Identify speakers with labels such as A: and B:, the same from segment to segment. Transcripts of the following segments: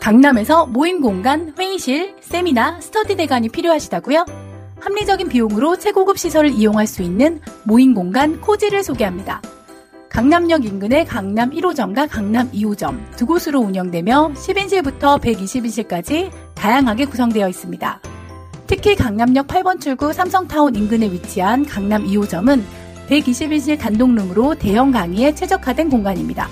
A: 강남에서 모임 공간, 회의실, 세미나, 스터디 대관이 필요하시다고요? 합리적인 비용으로 최고급 시설을 이용할 수 있는 모임 공간 코지를 소개합니다. 강남역 인근의 강남 1호점과 강남 2호점 두 곳으로 운영되며 10인실부터 120인실까지 다양하게 구성되어 있습니다. 특히 강남역 8번 출구 삼성타운 인근에 위치한 강남 2호점은 120인실 단독룸으로 대형 강의에 최적화된 공간입니다.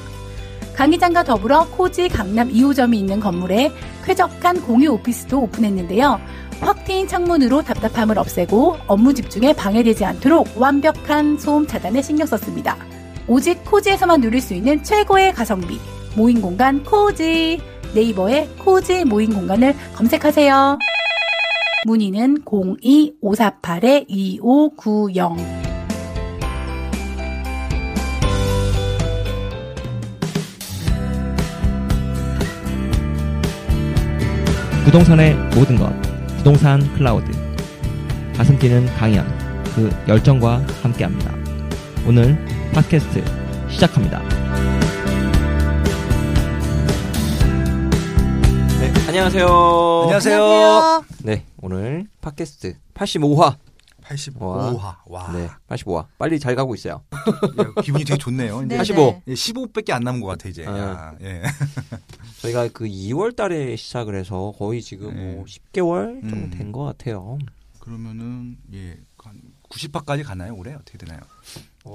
A: 강의장과 더불어 코지 강남 2호점이 있는 건물에 쾌적한 공유 오피스도 오픈했는데요. 확 트인 창문으로 답답함을 없애고 업무 집중에 방해되지 않도록 완벽한 소음 차단에 신경 썼습니다. 오직 코지에서만 누릴 수 있는 최고의 가성비 모임 공간 코지 네이버에 코지 모임 공간을 검색하세요. 문의는 02548-2590
B: 부동산의 모든 것 부동산 클라우드 가슴 뛰는 강연 그 열정과 함께합니다. 오늘 팟캐스트 시작합니다.
C: 네, 안녕하세요.
D: 안녕하세요.
C: 네, 오늘 팟캐스트 85화.
D: 85화. 와.
C: 네, 85화. 빨리 잘 가고 있어요.
D: 야, 기분이 되게 좋네요. 이제
E: 네,
C: 85.
E: 네.
D: 예, 15밖에 안 남은 것 같아 이제. 야, 예.
C: 저희가 그 2월 달에 시작을 해서 거의 지금
D: 네.
C: 뭐 10개월 정도
D: 음.
C: 된 것 같아요.
D: 그러면은 예. 한 90화까지 가나요? 올해 어떻게 되나요?
C: 어,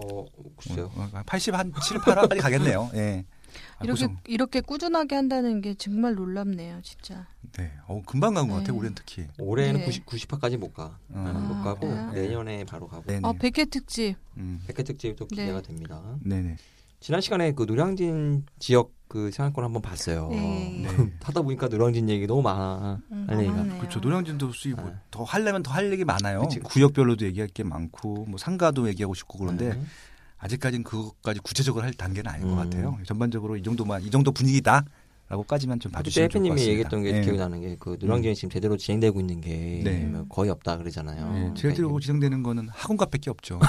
C: 글쎄요.
D: 80한 7, 8화까지 가겠네요. 예. 아,
E: 이렇게
D: 고생-
E: 이렇게 꾸준하게 한다는 게 정말 놀랍네요, 진짜.
D: 네. 어, 금방 간 것 같아.
E: 네.
D: 올해는 특히.
C: 올해는
E: 네.
C: 90, 90화까지 못 가.
D: 음.
C: 아, 못
E: 아,
C: 가고
E: 그래요?
C: 내년에 바로 가고.
D: 네.
E: 아, 백회 특집.
D: 음.
C: 백회 특집도
E: 네.
C: 기대가 됩니다.
D: 네, 네.
C: 지난 시간에 그 노량진 지역 그 생활권 한번 봤어요.
E: 네.
D: 네.
C: 하다 보니까 노량진 얘기 너무 많아.
E: 음,
C: 할 얘기가.
E: 많았네요.
D: 그렇죠. 노량진도 수입
C: 아.
D: 뭐더 하려면 더 할 얘기 많아요.
C: 그치.
D: 구역별로도 얘기할 게 많고 뭐 상가도 얘기하고 싶고 그런데
C: 네.
D: 아직까지는 그것까지 구체적으로 할 단계는 아닌
C: 음.
D: 것 같아요. 전반적으로 이 정도만 이 정도 분위기다라고까지만 좀
C: 그때
D: 봐주시면 좋을 것
C: 해피님이
D: 같습니다.
C: 얘기했던 게
D: 예.
C: 기억이 나는 게 그 노량진이 지금 제대로 진행되고 있는 게뭐
D: 네.
C: 거의 없다 그러잖아요.
D: 예,
C: 그러니까
D: 제대로
C: 이게-
D: 지정되는 거는 학원값밖에 없죠.
C: 아.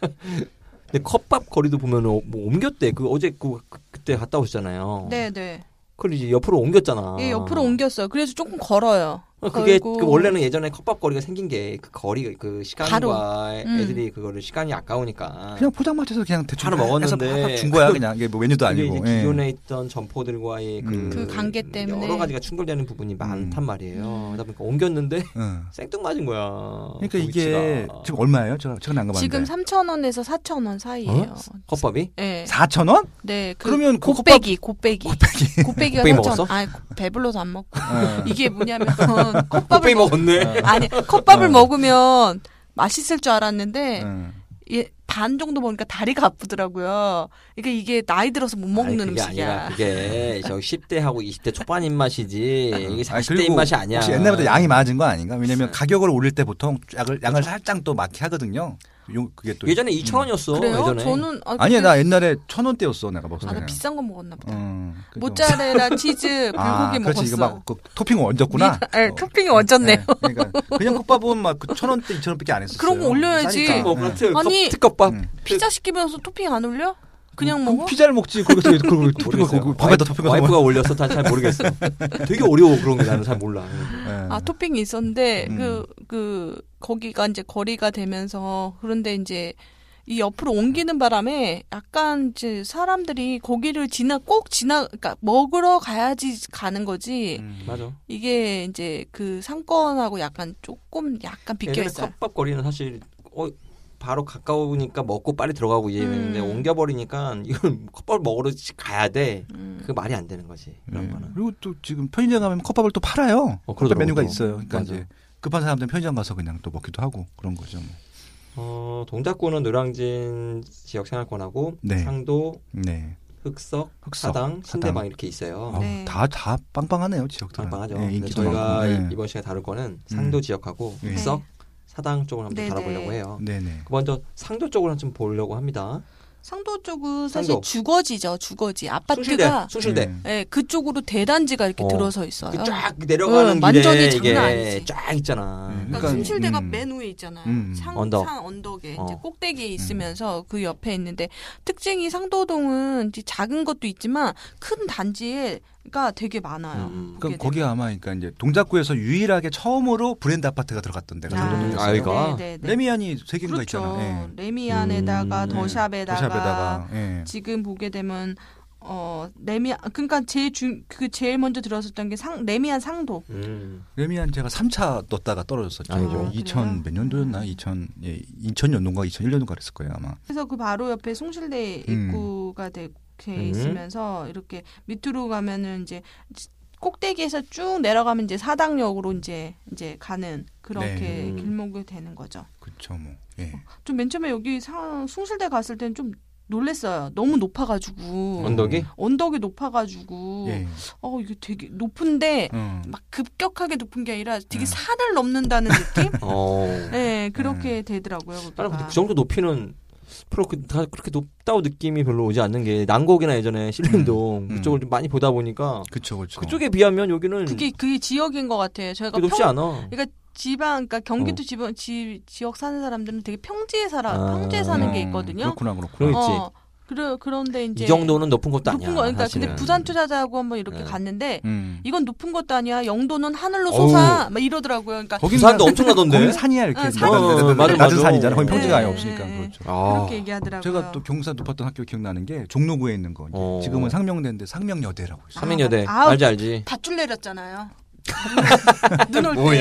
C: 근데 컵밥 거리도 보면 뭐 옮겼대. 그 어제 그 그- 그때 갔다 오셨잖아요.
E: 네, 네.
C: 그걸 이제 옆으로 옮겼잖아.
E: 예, 옆으로 옮겼어요. 그래서 조금 걸어요.
C: 어, 그게
E: 걸고.
C: 그 원래는 예전에 컵밥 거리가 생긴 게 그 거리 그 시간과
E: 음.
C: 애들이 그거를 시간이 아까우니까
D: 그냥 포장마차에서 그냥 대충
C: 바로 먹었는데.
D: 해서 팍팍 준 거야 그냥 이게 뭐 메뉴도
C: 이게
D: 아니고.
C: 이제 기존에
D: 예.
C: 있던 점포들과의 그,
D: 음.
E: 그 관계 때문에.
C: 여러 가지가 충돌되는 부분이 많단 말이에요. 그러다 보니까 옮겼는데
D: 응.
C: 생뚱맞은 거야.
D: 예. 어.
C: 그
D: 그러니까 이게
C: 위치가.
D: 지금 얼마예요? 저 최근 안 가봤는데.
E: 지금 3,000원에서 4,000원 사이예요.
C: 컵밥이
E: 네.
D: 4천 원?
E: 네. 그
D: 그러면 그
E: 곱빼기, 곱빼기.
D: 곱빼기.
E: 곱빼기가
C: 곱빼기
E: 4,000원.
C: 먹었어?
E: 아, 배불러서 안 먹고.
D: 예.
E: 이게 뭐냐면 컵밥을
C: 컵밥이
E: 먹...
C: 먹었네.
E: 아니, 컵밥을
D: 어.
E: 먹으면 맛있을 줄 알았는데
D: 응.
E: 예, 반 정도 먹으니까 다리가 아프더라고요. 그러니까 이게 나이 들어서 못 먹는
C: 아니, 그게
E: 음식이야.
C: 아니라 그게 저 10대하고 20대 초반 입맛이지 이게
D: 아니,
C: 40대
D: 그리고
C: 입맛이 아니야.
D: 혹시 옛날보다 양이 많아진 거 아닌가?
E: 네.
D: 왜냐면 가격을 올릴 때 보통 약을, 양을 살짝 또 많게 하거든요. 요, 그게 또
C: 예전에 2,000원이었어.
E: 음. 그래요?
C: 예전에.
E: 저는 아,
D: 아니야
E: 그게-
D: 나 옛날에 천 원대였어 내가 먹었을
E: 아,
D: 때.
E: 나 비싼 거 먹었나 보다.
D: 음, 그죠.
E: 모짜렐라 치즈 불고기
D: 아, 그렇지
E: 먹었어.
D: 이거 막그 토핑 얹었구나.
E: 미- 예, 토핑이 얹었네요.
D: 네, 그러니까 그냥 컵밥은 막천 원대 이천 원밖에 안 했었어요.
E: 그런 거 올려야지.
D: 싸니까.
C: 뭐
D: 네.
C: 같은 컵-
E: 아니,
C: 특급밥.
E: 피자 시키면서 토핑 안 올려? 그냥
D: 그 그럼
E: 먹어?
D: 피자를 먹지 거기서 그걸 토핑을
C: 모르겠어요.
D: 거기 밥에다 토핑을
C: 와이프, 가 올렸어. 난 잘 모르겠어. 되게 어려워 그런 게 나는 잘 몰라.
E: 아
D: 예.
E: 토핑이 있었는데
D: 음.
E: 그 그 거기가 이제 거리가 되면서 그런데 이제 이 옆으로 옮기는 바람에 약간 이제 사람들이 거기를 지나 꼭 지나 그러니까 먹으러 가야지 가는 거지
D: 음.
C: 맞아.
E: 이게 이제 그 상권하고 약간 조금 약간 비껴
C: 예전에
E: 있어요.
C: 컵밥 거리는 사실 어, 바로 가까우니까 먹고 빨리 들어가고 이랬는데
E: 음.
C: 옮겨버리니까 이건 컵밥 먹으러 가야 돼.
E: 음.
C: 그게 말이 안 되는 거지. 그런 거는.
D: 그리고 또 지금 편의점 가면 컵밥을 또 팔아요.
C: 음. 어,
D: 컵밥
C: 그러더라고요.
D: 메뉴가 있어요. 그러니까
C: 맞아.
D: 이제 급한 사람들은 편의점 가서 그냥 또 먹기도 하고 그런 거죠. 뭐.
C: 어, 동작구는 노량진 지역 생활권하고
D: 네.
C: 상도,
D: 네.
C: 흑석,
D: 흑석,
C: 사당, 아,
D: 사당.
C: 신대방 이렇게 있어요.
E: 네.
D: 다다 빵빵하네요 지역들은.
C: 빵빵하죠.
D: 예,
C: 근데
D: 인기도
C: 저희가
D: 많고. 네.
C: 이번 시간에 다룰 거는 상도 지역하고
D: 네.
C: 흑석, 사당 쪽을 한번
E: 네,
C: 다뤄보려고
E: 네.
C: 해요. 그
D: 네네.
C: 먼저 상도 쪽을 한번 좀 보려고 합니다.
E: 상도 쪽은 사실
C: 상도.
E: 주거지죠, 주거지.
C: 숭실대
E: 아파트가
C: 숭실대
D: 음.
E: 예, 그쪽으로 대단지가 이렇게
C: 어.
E: 들어서 있어요.
C: 그 쫙 내려가는
E: 응,
C: 길에
E: 완전히 장난
C: 이게
E: 아니지.
C: 쫙 있잖아.
D: 음.
E: 그러니까
D: 그러니까,
E: 숭실대가
D: 음.
E: 맨 위에 있잖아요.
D: 음.
E: 상,
C: 언덕.
E: 산 언덕에 이제
C: 어.
E: 꼭대기에 있으면서 그 옆에 있는데 특징이 상도동은 이제 작은 것도 있지만 큰 단지가 되게 많아요.
C: 음.
D: 그러니까
E: 그게
D: 거기 아마 그러니까 이제 동작구에서 유일하게 처음으로 브랜드 아파트가 들어갔던 데가
E: 아.
D: 상도동이었어요.
C: 아, 여기가?
E: 네, 네, 네.
D: 그 레미안이 세 개인가
E: 그렇죠.
D: 있잖아.
E: 레미안에다가
C: 음.
E: 더샵에다가,
D: 도샵에다가 예.
E: 지금 보게 되면 어 레미안 그러니까 제일 중그 제일 먼저 들어섰던 게 상 레미안 상도
C: 음.
D: 레미안 제가 3차 넣었다가 떨어졌었죠.
C: 아니죠. 아,
E: 그래요? 음.
D: 2000 몇 년도였나? 2000 예, 2000년도인가 2001년도인가 그랬을 거예요, 아마.
E: 그래서 그 바로 옆에 송실대
D: 음.
E: 입구가 되게
C: 음.
E: 있으면서 이렇게 밑으로 가면은 이제 꼭대기에서 쭉 내려가면 이제 사당역으로 이제 이제 가는 그렇게
C: 네. 음.
E: 길목이 되는 거죠.
D: 그렇죠, 뭐. 예.
E: 좀 맨 처음에 여기 상, 송실대 갔을 때는 좀 놀랬어요. 너무 높아가지고
C: 언덕이
E: 언덕이 높아가지고
D: 음. 예.
E: 어 이게 되게 높은데
D: 어.
E: 막 급격하게 높은 게 아니라 되게
D: 음.
E: 산을 넘는다는 느낌?
C: 어.
E: 네, 그렇게 되더라고요.
C: 나는 음. 근데
E: 거기가.
C: 그 정도 높이는 별로 그, 다 그렇게 높다고 느낌이 별로 오지 않는 게 난곡이나 예전에 신림동
D: 음.
C: 그쪽을 좀 많이 보다 보니까
D: 그렇죠, 그렇죠.
C: 그쪽에 비하면 여기는
E: 그게 그게 지역인 것 같아요. 저희가
C: 그렇게 높지
E: 평-
C: 않아. 어.
E: 그러니까 지방, 그러니까 경기도 지방 지, 지역 사는 사람들은 되게 평지에 살아,
C: 아.
E: 평지에 사는 게 있거든요.
D: 음, 그렇구나, 그렇구나.
C: 그럼 있지.
E: 어, 그러, 그런데 이제
C: 이 정도는 높은 것도
E: 높은
C: 아니야.
E: 거, 그러니까
C: 사실은.
E: 근데 부산 투자자하고 한번 이렇게
C: 네.
E: 갔는데
D: 음.
E: 이건 높은 것도 아니야. 영도는 하늘로
C: 어우.
E: 솟아, 막 이러더라고요. 그러니까
D: 거긴
C: 부산도
D: 그냥-
C: 엄청나던데?
D: 거긴 산이야 이렇게.
E: 아,
D: 낮은-
E: 산.
C: 어,
D: 낮은,
C: 맞아, 맞아.
D: 산이잖아. 거기 평지가 아예
E: 네,
D: 없으니까
E: 네,
D: 그렇죠.
C: 아.
E: 그렇게 얘기하더라고요.
D: 제가 또 경산 높았던 학교 기억나는 게 종로구에 있는 거. 이제
C: 어.
D: 지금은 상명대인데 상명여대라고 있어요.
C: 삼명여대
E: 아, 아.
C: 알지 알지.
E: 밧줄 내렸잖아요. 눈올 때.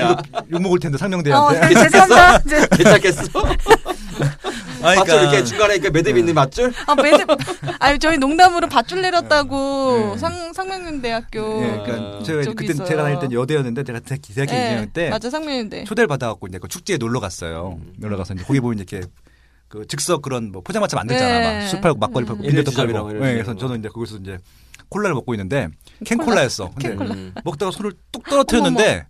D: 욕 먹을 텐데
E: 아,
C: 네,
E: 어,
D: 상명대한테.
E: 죄송합니다. 이제,
C: 괜찮겠어? 그러니까.
D: 아,
C: 맞죠? 이렇게 중간에 이렇게 매듭 있는 맞죠?
E: 아, 매듭, 아니, 저희 농담으로 밧줄 내렸다고
D: 네.
E: 상, 상명윤대학교.
D: 예, 그러니까
C: 어.
D: 제가 이제
E: 저기
D: 그때
E: 있어요.
D: 제가 다닐 때 여대였는데 제가 대학 대학
E: 예,
D: 2학년 때
E: 맞아, 상명윤대.
D: 초대를 받아갖고 이제 그 축제에 놀러 갔어요. 놀러 가서 이제 거기 보면 이제 이렇게 그 즉석 그런 뭐 포장마차 만들잖아.
E: 네.
D: 막 술 팔고 막걸리 팔고
C: 네.
D: 빌려도
C: 일주점이라고
D: 팔고.
C: 이러죠.
D: 예, 그래서 저는 이제 거기서 이제 콜라를 먹고 있는데 캔 콜라였어. 근데
C: 음.
D: 먹다가 손을 뚝 떨어뜨렸는데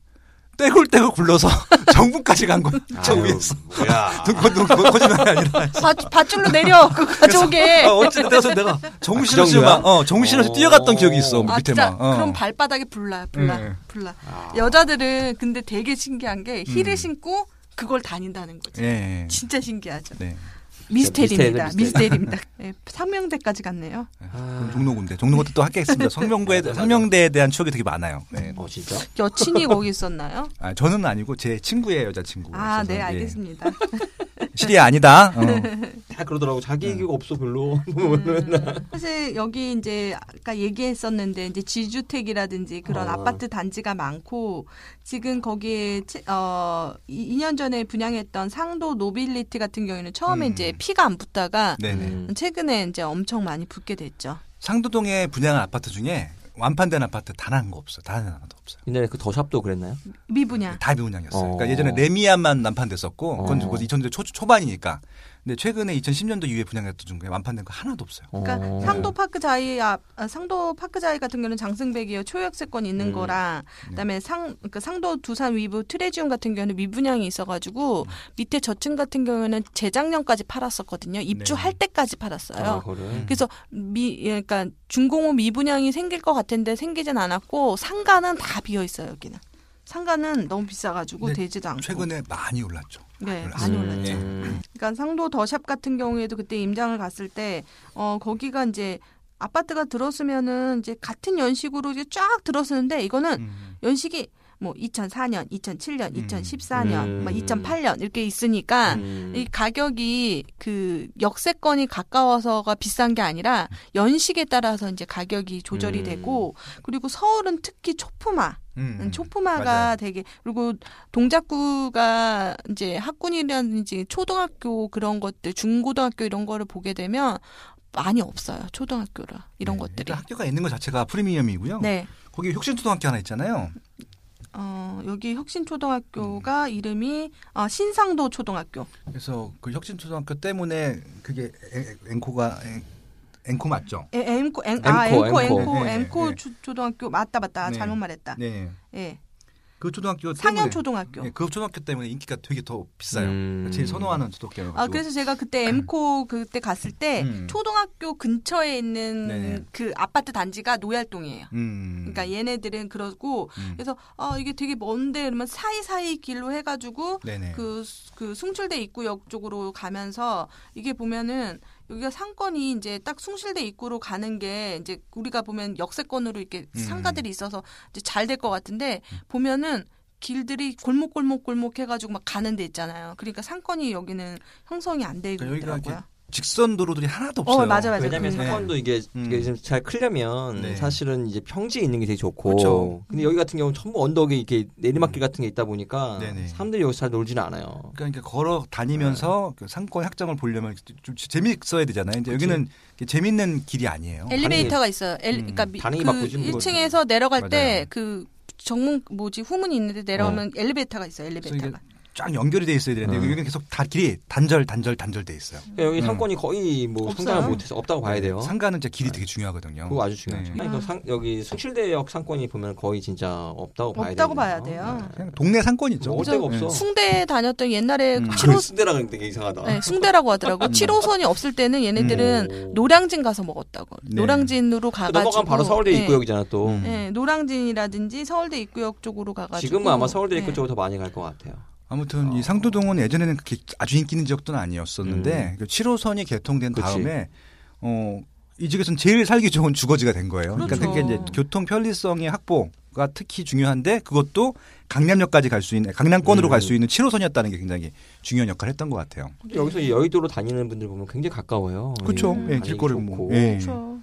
D: 떼굴떼굴 굴러서 정부까지 간 거야. 저
C: 아유,
D: 위에서.
C: 뭐야.
D: 누구 누구 거짓말이 아니라.
E: 밧- 밧줄로 내려, 그 가족에.
D: 아, 어쨌든 떼서 내가
C: 아, 그
D: 정신없이
C: 정도야?
D: 막, 어, 정신없이
C: 어.
D: 뛰어갔던 기억이 있어.
E: 아,
D: 밑에
E: 진짜.
D: 막. 어.
E: 그럼 발바닥에 불나, 불나,
D: 예.
E: 불나. 여자들은 근데 되게 신기한 게 힐을
D: 음.
E: 신고 그걸 다닌다는 거지.
D: 예, 예.
E: 진짜 신기하죠.
D: 네.
C: 미스테리,
E: 미스테리입니다.
C: 미스테리.
E: 미스테리입니다. 네, 상명대까지 갔네요.
C: 아,
D: 그럼 종로군대. 종로군대 또 합격했습니다. 성명구에,
C: 맞아, 맞아.
D: 성명대에 대한 추억이 되게 많아요. 네.
C: 어 진짜?
E: 여친이 거기 있었나요?
D: 아, 저는 아니고 제 친구의 여자친구.
E: 아, 네, 알겠습니다. 네.
D: 시리 아니다. 어.
C: 다 그러더라고. 자기 얘기가 없어 별로.
E: 음, 사실 여기 이제 아까 얘기했었는데 이제 지주택이라든지 그런
C: 어.
E: 아파트 단지가 많고 지금 거기에 채- 어 2년 전에 분양했던 상도 노빌리티 같은 경우에는 처음에
D: 음.
E: 이제 피가 안 붙다가
D: 네네.
C: 음.
E: 최근에 이제 엄청 많이 붙게 됐죠.
D: 상도동에 분양한 아파트 중에 완판된 아파트 단 한 거 없어요. 단 하나도 없어요.
C: 옛날에 그 더샵도 그랬나요?
E: 미분양.
D: 다 미분양이었어요.
C: 어.
D: 그러니까 예전에 레미안만 완판됐었고, 그건
C: 어.
D: 2000년대 초, 초반이니까. 근데 최근에 2010년도 이후에 분양했던 중에 완판된 거 하나도 없어요.
E: 그러니까
C: 어.
E: 상도 파크 자이 아, 아, 상도 파크 자이 같은 경우는 장승백이요 초역세권 있는
C: 음.
E: 거랑 그다음에 상 그러니까 상도 두산 위브 트레지움 같은 경우는 미분양이 있어가지고 밑에 저층 같은 경우는 재작년까지 팔았었거든요 입주할 때까지 팔았어요.
C: 아, 그래.
E: 그래서 미 그러니까 중공업 미분양이 생길 것 같은데 생기진 않았고 상가는 다 비어 있어요 여기는. 상가는 너무 비싸가지고
D: 네,
E: 되지도 않고
D: 최근에 많이 올랐죠.
E: 네,
D: 올랐어요.
E: 많이
C: 음.
E: 올랐죠.
C: 음.
E: 그러니까 상도 더샵 같은 경우에도 그때 임장을 갔을 때, 어, 거기가 이제 아파트가 들었으면은 이제 같은 연식으로 이제 쫙 들었었는데 이거는
D: 음.
E: 연식이 뭐 2004년, 2007년, 2014년,
C: 음.
E: 막 2008년 이렇게 있으니까
C: 음.
E: 아, 이 가격이 그 역세권이 가까워서가 비싼 게 아니라 연식에 따라서 이제 가격이 조절이
C: 음.
E: 되고 그리고 서울은 특히 초품화
D: 음.
E: 초품화가
D: 맞아요.
E: 되게 그리고 동작구가 이제 학군이라든지 초등학교 그런 것들 중고등학교 이런 거를 보게 되면 많이 없어요 초등학교라 이런
D: 네.
E: 것들이
D: 일단 학교가 있는 것 자체가 프리미엄이고요.
E: 네
D: 거기 혁신초등학교 하나 있잖아요.
E: 어, 여기
D: 음.
E: 혁신초등학교가 이름이 아, 신상도 초등학교
D: 그래서 그 혁신초등학교 때문에 그게 에- 에- 앵코가 에- 앵코 맞죠?
E: 에, 엠코 엠, 아
C: 엠코,
E: 엠코
C: 엠코.
E: 엠코
D: 네,
E: 엠코
D: 네.
E: 초- 초등학교 맞다 맞다
D: 네.
E: 잘못 말했다
D: 네.
E: 예
D: 그 초등학교
E: 상현
D: 때문에-
E: 초등학교.
D: 예, 그 초등학교 때문에 인기가 되게 더 비싸요.
C: 음.
D: 제일 선호하는 초등학교.
E: 아 그래서 제가 그때 엠코 그때 갔을 때
D: 음.
E: 초등학교 근처에 있는
D: 네네.
E: 그 아파트 단지가 노얄동이에요.
D: 음.
E: 그러니까 얘네들은 그러고
D: 음.
E: 그래서 아 이게 되게 먼데 그러면 사이사이 길로 해가지고
D: 네네.
E: 그, 수- 그 숭실대 입구역 쪽으로 가면서 이게 보면은 여기가 상권이 이제 딱 숭실대 입구로 가는 게 이제 우리가 보면 역세권으로 이렇게
D: 음.
E: 상가들이 있어서 이제 잘 될 것 같은데 보면은 길들이 골목골목골목 해가지고 막 가는 데 있잖아요. 그러니까 상권이 여기는 형성이 안 되고
D: 그러니까 여기가
E: 있더라고요.
D: 직선 도로들이 하나도 없어요.
E: 어, 맞아, 맞아.
C: 왜냐면
E: 그러니까.
C: 상권도 이게,
D: 음.
C: 이게 지금 잘 크려면
D: 네.
C: 사실은 이제 평지에 있는 게 되게 좋고
D: 그렇죠. 음.
C: 근데 여기 같은 경우는 전부 언덕이 이렇게 내리막길 같은 게 있다 보니까
D: 네네.
C: 사람들이 여기서 잘 놀지는 않아요.
D: 그러니까 걸어 다니면서
C: 네.
D: 그 상권 확장을 보려면 좀 재미있어야 되잖아요. 이제 여기는 이렇게 재밌는 길이 아니에요.
E: 엘리베이터가 있어요. 엘,
D: 음,
E: 그러니까 미-
C: 반응이
E: 그
C: 바꾸지는
E: 1층에서 내려갈
D: 맞아요.
E: 때 그 정문 뭐지 후문이 있는데 내려오면 엘리베이터가 있어요.
D: 그래서 이게
E: 엘리베이터가.
D: 쫙 연결이 돼 있어야 되는데 여기는 계속 다 길이 단절 단절 단절 돼 있어요.
C: 그러니까 여기 상권이 거의 뭐
E: 없어요.
C: 성장을 못해서 없다고 봐야 돼요.
D: 음.
C: 아,
D: 상가는 진짜 길이 되게 중요하거든요.
C: 그거 아주 중요하죠.
D: 네.
C: 아니, 그 상- 여기 숭실대역 상권이 보면 거의 진짜 없다고 봐야 돼요.
E: 없다고 봐야 돼요.
D: 그냥 동네 상권이죠.
C: 먹을 데가 뭐 없어.
E: 숭대 다녔던 옛날에
D: 음.
E: 7호
C: 숭대라는 네. 되게 이상하다.
E: 네, 숭대라고 하더라고. 7호선이 없을 때는 얘네들은
C: 음.
E: 노량진 가서 먹었다고.
D: 네.
E: 노량진으로
C: 그
E: 가가지고
C: 넘어가면 바로 서울대
E: 네.
C: 입구역이잖아 또.
D: 음.
E: 네, 노량진이라든지 서울대 입구역 쪽으로 가가지고
C: 지금은 아마 서울대 입구
E: 네.
C: 쪽으로 더 많이 갈 것 같아요.
D: 아무튼
C: 어.
D: 이 상도동은 예전에는 그렇게 아주 인기 있는 지역도 아니었었는데 그 7호선이 개통된
C: 음. 그치.
D: 다음에 어, 이 지역에서는 제일 살기 좋은 주거지가 된 거예요. 그러니까
E: 그렇죠.
D: 그게 이제 교통 편리성의 확보가 특히 중요한데 그것도 강남역까지 갈 수 있는 강남권으로
C: 음.
D: 갈 수 있는 7호선이었다는 게 굉장히 중요한 역할을 했던 것 같아요.
E: 네.
C: 근데 여기서 이 여의도로 다니는 분들 보면 굉장히 가까워요.
D: 그렇죠.
E: 음.
D: 예,
C: 다니기
D: 길거리 뭐
C: 좋고.
D: 예.
E: 그렇죠.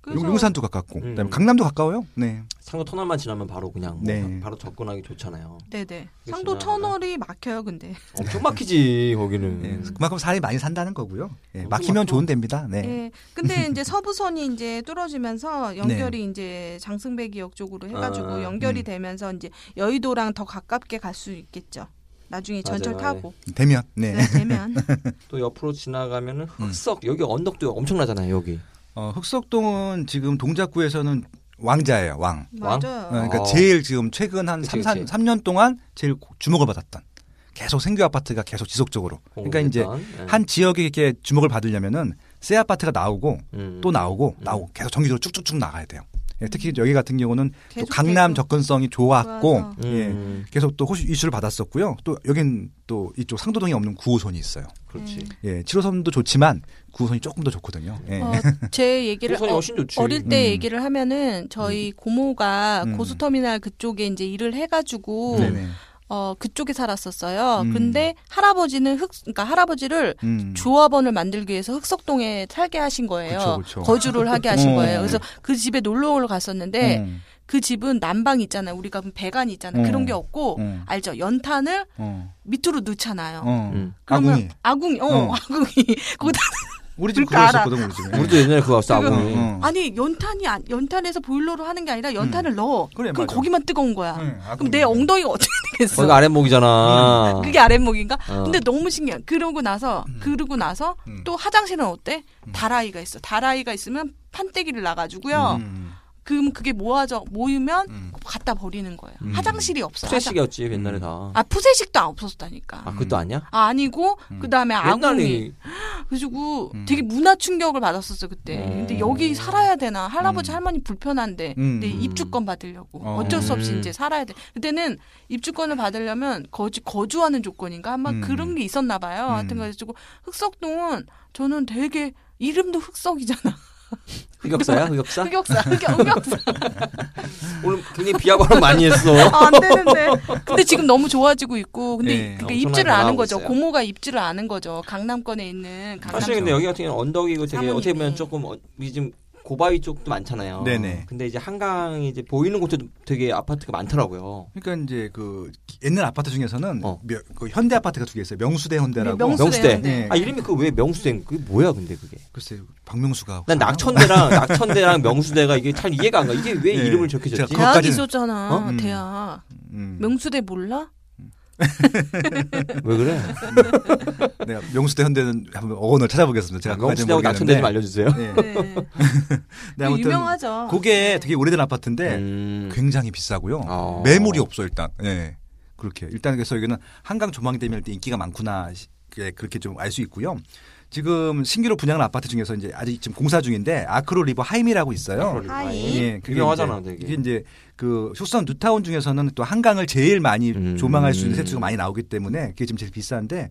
E: 그래서
D: 용- 용산도 가깝고
C: 음.
D: 그다음에 강남도 가까워요. 네.
C: 상도 터널만 지나면 바로 그냥 뭐
D: 네.
C: 바- 바로 접근하기 좋잖아요.
E: 네네.
C: 그게
E: 상도
C: 지나가나?
E: 터널이 막혀요, 근데.
D: 네.
C: 엄청 막히지 거기는.
D: 예, 그만큼 사람이 많이 산다는 거고요. 예,
C: 엄청
D: 막히면
C: 많죠.
D: 좋은 데입니다. 네.
E: 예. 근데 이제 서부선이 이제 뚫어지면서 연결이 이제 장승배기역 쪽으로 해가지고
C: 아,
E: 연결이
D: 음.
E: 되면서 이제 여의도랑 더 가깝게 갈 수 있겠죠. 나중에 전철
C: 맞아요.
E: 타고
D: 되면 네.
E: 네, 되면
C: 또 옆으로 지나가면은
D: 음.
C: 흑석 여기 언덕도 엄청나잖아요 여기.
D: 어, 흑석동은 지금 동작구에서는 왕자예요, 왕.
C: 왕?
D: 어,
E: 맞아요.
D: 그러니까
C: 아.
D: 제일 지금 최근 한
C: 그치,
D: 삼 3,
C: 그치.
D: 년 동안 제일 고- 주목을 받았던 계속 생규 아파트가 계속 지속적으로. 그러니까 이제
C: 공공재단. 예.
D: 한 지역에 이렇게 주목을 받으려면은 새 아파트가 나오고
C: 음.
D: 또 나오고
C: 음.
D: 나오고 계속 정기적으로 쭉쭉쭉 나가야 돼요. 예, 특히 여기 같은 경우는 또
E: 계속
D: 강남
E: 계속
D: 접근성이 좋았고
E: 좋아서.
D: 예,
C: 음,
D: 계속 또 호시 이슈를 받았었고요. 또 여긴 또 이쪽 상도동에 없는 9호선이 있어요.
C: 그렇지.
E: 음.
D: 예, 7호선도 좋지만 9호선이 조금 더 좋거든요. 예.
E: 어, 제 얘기를
C: 호선이
E: 어,
C: 훨씬 좋지.
E: 어릴
D: 음.
E: 때 얘기를 하면은 저희 고모가
D: 음.
E: 고수터미널 그쪽에 이제 일을 해가지고
D: 네네.
E: 어 그쪽에 살았었어요.
D: 음.
E: 근데 할아버지는 흑 그러니까 할아버지를
D: 음.
E: 조합원을 만들기 위해서 흑석동에 살게 하신 거예요.
D: 그쵸, 그쵸.
E: 거주를 하게 하신
D: 어.
E: 거예요. 그래서 그 집에 놀러 갔었는데
D: 음,
E: 그 집은 난방 있잖아요. 우리가 배관 있잖아요.
D: 어.
E: 그런 게 없고
D: 어.
E: 알죠? 연탄을
D: 어.
E: 밑으로 넣잖아요.
D: 어.
C: 음.
D: 아궁이.
E: 아궁이, 어,
D: 어.
E: 아궁이. 거기다
D: 우리 집 그거
E: 그러니까 알아.
D: 있었거든 우리 집에.
C: 음. 우리도 옛날에 그거 왔어
E: 그거-
C: 아버님.
D: 어, 어.
E: 아니 연탄이 안- 연탄에서 보일러로 하는 게 아니라 연탄을 넣어.
D: 그래,
E: 럼
D: 맞아.
E: 거기만 뜨거운 거야.
D: 응, 아,
E: 그럼 내 엉덩이가 어떻게 되겠어?
C: 거기가 아랫목이잖아.
E: 음. 그게 아랫목인가?
C: 어.
E: 근데 너무 신기해. 그러고 나서 그러고 나서
D: 음.
E: 또 화장실은 어때? 다라이가 있어. 다라이가 있으면 판때기를 놔가지고요.
D: 음.
E: 그럼 그게 모아져 모이면
D: 음.
E: 갖다 버리는 거예요.
D: 음.
E: 화장실이 없어. 화장-
C: 푸세식이었지 옛날에 다.
E: 아 푸세식도 안 없었다니까.
C: 아 그것도 아니야?
E: 아, 니고 그다음에 아궁이
C: 옛날에
E: 그래가지고
D: 음.
E: 되게 문화 충격을 받았었어 그때
C: 음.
E: 근데 여기 살아야 되나 할아버지
D: 음.
E: 할머니 불편한데
D: 음.
E: 근데 입주권 받으려고
D: 어.
E: 어. 쩔수 없이
C: 음.
E: 이제 살아야 돼 그때는 입주권을 받으려면 거주 거주하는 조건인가 아마
D: 음.
E: 그런 게 있었나 봐요
D: 음.
E: 하여튼 가지고 흑석동은 저는 되게 이름도 흑석이잖아
C: 흑역사야 흑역사?
E: 흑역사 흑역, 흑역사
C: 오늘 굉장히 비하 발언 많이 했어.
E: 아, 안 되는데 근데 지금 너무 좋아지고 있고 근데
D: 예.
E: 그러니까
C: 엄청나게
E: 입지를 아는
C: 변화하고
E: 거죠
C: 있어요.
E: 고모가 입지를 아는 거죠 강남권에 있는 강남
C: 사실 근데 여기 같은 경우는 언덕이고 되게
E: 사모님이.
C: 어떻게 보면 조금 어, 이 지금 고바위 쪽도 많잖아요.
D: 네네.
C: 근데 이제 한강이 이제 보이는 곳에도 되게 아파트가 많더라고요.
D: 그러니까 이제 그 옛날 아파트 중에서는
C: 어.
D: 명- 그 현대 아파트가 두 개 있어요. 명수대 현대라고.
E: 명수- 명수대.
D: 네.
C: 아 이름이 그 왜 명수대? 그게 뭐야 근데 그게?
D: 글쎄 박명수가.
C: 난 낙천대랑 낙천대랑 명수대가 이게 잘 이해가 안 가. 이게 왜
D: 예.
C: 이름을 적혀졌지? 아,
D: 제가 그것까지는-
E: 대학 있었잖아
D: 어? 음.
E: 대학
D: 음.
E: 명수대 몰라?
C: 왜 그래?
D: 내가 명수대 현대는 한번 어원을 찾아보겠습니다. 제가 그거
C: 명수대하고
D: 아직
C: 낙천대 좀
D: 모르겠는데.
C: 알려주세요.
D: 네.
E: 네.
D: 네, 아무튼
E: 유명하죠.
D: 그게 되게 오래된 아파트인데
C: 음.
D: 굉장히 비싸고요.
C: 아.
D: 매물이 네. 그 없어 일단. 예. 그렇게 일단 그래서 여기는 한강 조망대면 일단 인기가 많구나 시- 예, 그렇게 좀 알 수 있고요. 지금 신규로 분양한 아파트 중에서 이제 아직 지금 공사 중인데 아크로 리버 하임이라고 있어요.
E: 하이.
D: 예, 그게
C: 유명하잖아,
D: 이제,
C: 되게.
D: 이게 이제 그 효선 뉴타운 중에서는 또 한강을 제일 많이
C: 음.
D: 조망할 수 있는 세수가 많이 나오기 때문에 그게 지금 제일 비싼데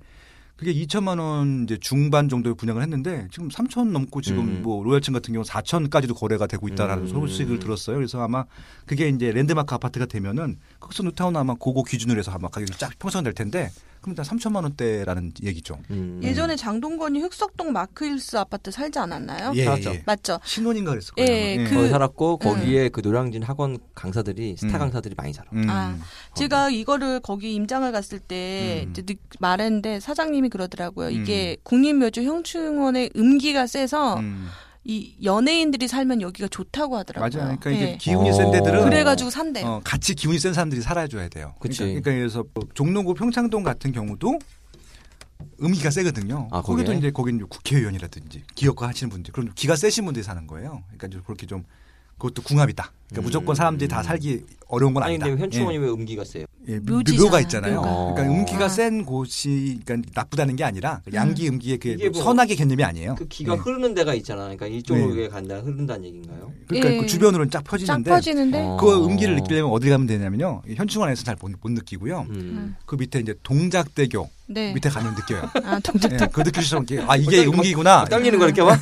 D: 그게 2천만 원 이제 중반 정도에 분양을 했는데 지금 3천 넘고 지금
C: 음.
D: 뭐 로얄층 같은 경우 4천까지도 거래가 되고 있다라는
C: 음.
D: 소식을 들었어요. 그래서 아마 그게 이제 랜드마크 아파트가 되면은 흑선 뉴타운 아마 그거 기준으로 해서 아마 가격이 쫙 평선될 텐데 그럼 일단 3천만 원대라는 얘기죠.
C: 음.
E: 예전에 장동건이 흑석동 마크힐스 아파트 살지 않았나요?
D: 예,
C: 살았죠.
D: 예.
E: 맞죠?
D: 신혼인가 그랬을
E: 예,
D: 거예요.
E: 그-
C: 거기 어, 살았고 거기에 그 노량진 학원 강사들이 스타
D: 음.
C: 강사들이 많이 살아.
D: 음.
E: 아, 제가 이거를 거기 임장을 갔을 때
D: 음.
E: 이제 늦- 말했는데 사장님이 그러더라고요.
D: 음.
E: 이게 국립묘주 형충원의 음기가 세서
D: 음.
E: 이 연예인들이 살면 여기가 좋다고
D: 맞아요.
E: 하더라고요.
D: 그러니까
E: 예.
D: 이게 기운이
C: 어.
D: 센 데들은
E: 그래가지고 산대. 요
D: 어, 같이 기운이 센 사람들이 살아줘야 돼요.
C: 그치.
D: 그러니까, 그래서 종로구 평창동 같은 경우도 음기가 세거든요.
C: 아, 거기에?
D: 거기도 이제 거긴 국회의원이라든지 기업과 하시는 분들 그런 기가 세신 분들이 사는 거예요. 그러니까 좀 그렇게 좀 그것도 궁합이다. 그러니까
C: 음.
D: 무조건 사람들이 다 살기 어려운 건
C: 아니
D: 아니다.
C: 근데 현충원이 왜 음기가 세요?
D: 예, 예,
E: 묘지잖아,
D: 묘가 있잖아요.
E: 묘가.
D: 그러니까
E: 아.
D: 음기가 센 곳이 그러니까 나쁘다는 게 아니라 양기 음기의 그
C: 이게 뭐
D: 선악의 개념이 아니에요.
C: 그 기가
D: 예.
C: 흐르는 데가 있잖아. 그러니까 이쪽으로
D: 네.
C: 간다 흐른다는 얘기인가요?
D: 그러니까
E: 예.
D: 그 주변으로는 쫙
E: 쫙
D: 퍼지는데
E: 퍼지는데
C: 어.
D: 그 음기를 느끼려면 어디 가면 되냐면요. 현충원에서 잘못 못 느끼고요.
C: 음.
D: 그 밑에 이제 동작대교
E: 네.
D: 밑에 가면 느껴요.
E: 아, 동작.
D: 예, 그 느끼시죠? 이렇게 아 이게 음기구나.
C: 떨리는 거 이렇게 봐.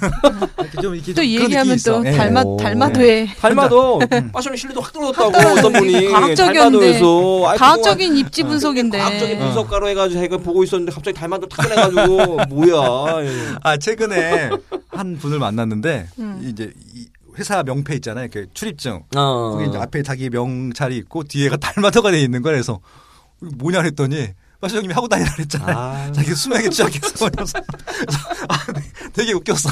D: 이렇게 좀 이렇게
E: 또
D: 좀 그런
E: 얘기하면
D: 느낌이
E: 또
D: 있어. 네. 예.
E: 닮아
C: 오.
E: 닮아도에
C: 닮아도
D: 음.
C: 파션의 신뢰도 확 떨어졌다고
E: 확
C: 어떤 분이
E: 떨어졌는데 과학적이었는데.
C: 닮아도에서 아이,
E: 과학적인 입지 분석인데.
C: 과학적인
D: 음.
C: 분석가로 해가지고 제가 보고 있었는데 갑자기 닮아도 탁 해가지고 뭐야? 예.
D: 아 최근에 한 분을 만났는데
E: 음.
D: 이제 이 회사 명패 있잖아요. 그 출입증.
C: 어.
D: 거기 이제 앞에 자기 명찰이 있고 뒤에가 달마터가 돼 있는 거예요. 그래서 이거 뭐냐 그랬더니 마시장님이 하고 다니라 그랬잖아요.
C: 아.
D: 자기 수명에 취약해서 그래서 아, 네, 되게 웃겼어.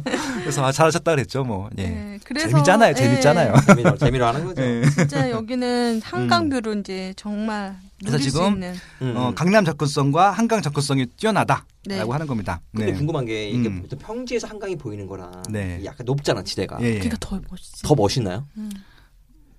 D: 그래서 아, 잘하셨다 그랬죠 뭐. 예.
E: 네, 그래서-
D: 재밌잖아요.
E: 예.
D: 재밌잖아요.
C: 재미로 재미로 하는
E: 네.
C: 거죠.
D: 예.
E: 진짜 여기는 한강뷰로 이제 정말
D: 그래서
E: 누릴 수
D: 지금
E: 있는.
C: 음.
D: 어, 강남 접근성과 한강 접근성이 뛰어나다라고
E: 네.
D: 하는 겁니다.
C: 근데 궁금한 게 이게
D: 음.
C: 보통 평지에서 한강이 보이는 거랑
D: 네.
C: 약간 높잖아 지대가.
D: 예, 예.
E: 그게 더 멋있지. 음.
C: 더 멋있나요?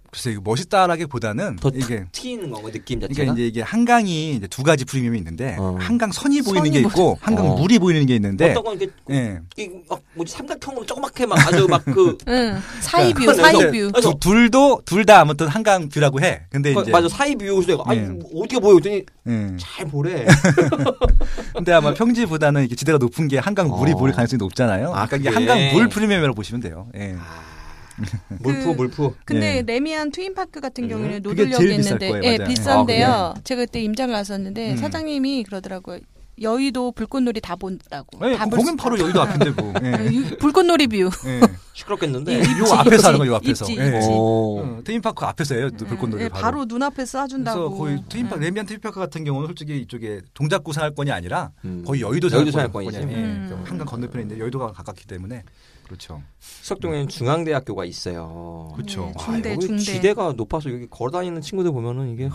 D: 글쎄 이거 멋있다라기보다는
C: 더
D: 이게
C: 튀는 건가 느낌 자체가?
D: 그러니까 이제 이게 한강이 이제 두 가지 프리미엄이 있는데
C: 어.
D: 한강 선이 보이는
E: 선이
D: 게 있고 한강
C: 어.
D: 물이 보이는 게 있는데
C: 어떤 건 이렇게
D: 예.
C: 이막 어, 뭐지 삼각형으로 조그맣게 막 아주 막그
E: 응.
D: 그러니까
E: 사이뷰,
C: 그래서-
E: 사이뷰.
C: 그래서-
D: 두- 둘도 둘 다 아무튼 한강 뷰라고 해. 근데 네, 이제
C: 맞아 사이 비우고서 내가 아니
D: 네.
C: 뭐 어떻게 보여 그랬더니
D: 예.
C: 잘 보래.
D: 근데 아마 평지보다는 이게 지대가 높은 게 한강 물이
C: 어.
D: 보일 가능성이 높잖아요.
C: 아,
D: 그러니까 이게
C: 그게.
D: 한강 물 프리미엄이라고 보시면 돼요. 예.
C: 아,
E: 그
C: 물프 물프.
E: 근데
D: 예.
E: 레미안 트윈파크 같은
D: 네.
E: 경우는
D: 그게
E: 노들역이
D: 제일 비쌀
E: 있는데
D: 거예요,
E: 예,
D: 맞아요.
E: 비싼데요.
D: 아,
E: 제가 그때 임장 갔었는데
D: 음.
E: 사장님이 그러더라고요. 여의도 불꽃놀이 다 본다고.
D: 예,
E: 다 아,
D: 거-
E: 볼
D: 거긴
E: 수-
D: 바로 여의도 앞인데 뭐. 예.
E: 이 불꽃놀이 뷰.
D: 예.
C: 시끄럽겠는데.
E: 입지,
D: 요 앞에서
E: 입지,
D: 하는 거예요, 요 앞에서.
E: 입지,
D: 예.
E: 입지.
C: 어.
D: 어, 테인파크 앞에서 해요. 또 불꽃놀이
E: 예,
D: 바로.
E: 음. 바로 눈앞에
D: 그래서
E: 쏴준다고. 네. 음.
D: 거의 트윈파크 레미안 트윈파크 같은 경우는 솔직히 이쪽에 동작구 상할권이 아니라
C: 음.
D: 거의 여의도
C: 여의도
D: 상할권이-
C: 상할권이지.
D: 예,
E: 음.
D: 그 한강 건너편에 있는데 여의도가 가깝기 때문에 그렇죠.
C: 수석동에는 중앙대학교가 있어요.
D: 그렇죠.
E: 예,
C: 와,
E: 중대,
C: 여기
E: 중대.
C: 지대가 높아서 여기 걸어다니는 친구들 보면은 이게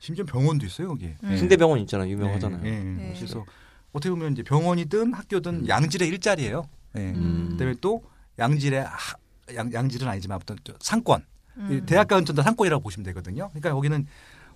D: 심지어 병원도 있어요 여기.
E: 음.
D: 예.
C: 신대병원 있잖아 요 유명하잖아요.
D: 예, 예,
E: 네.
D: 그래서 어떻게 보면 이제 병원이든 학교든
C: 음.
D: 양질의 일자리예요. 예.
C: 음.
D: 그다음에 또 양질의 하- 양, 양질은 아니지만 아무튼 저 상권.
E: 음.
D: 이 대학가 근처는 다 상권이라고 보시면 되거든요. 그러니까 여기는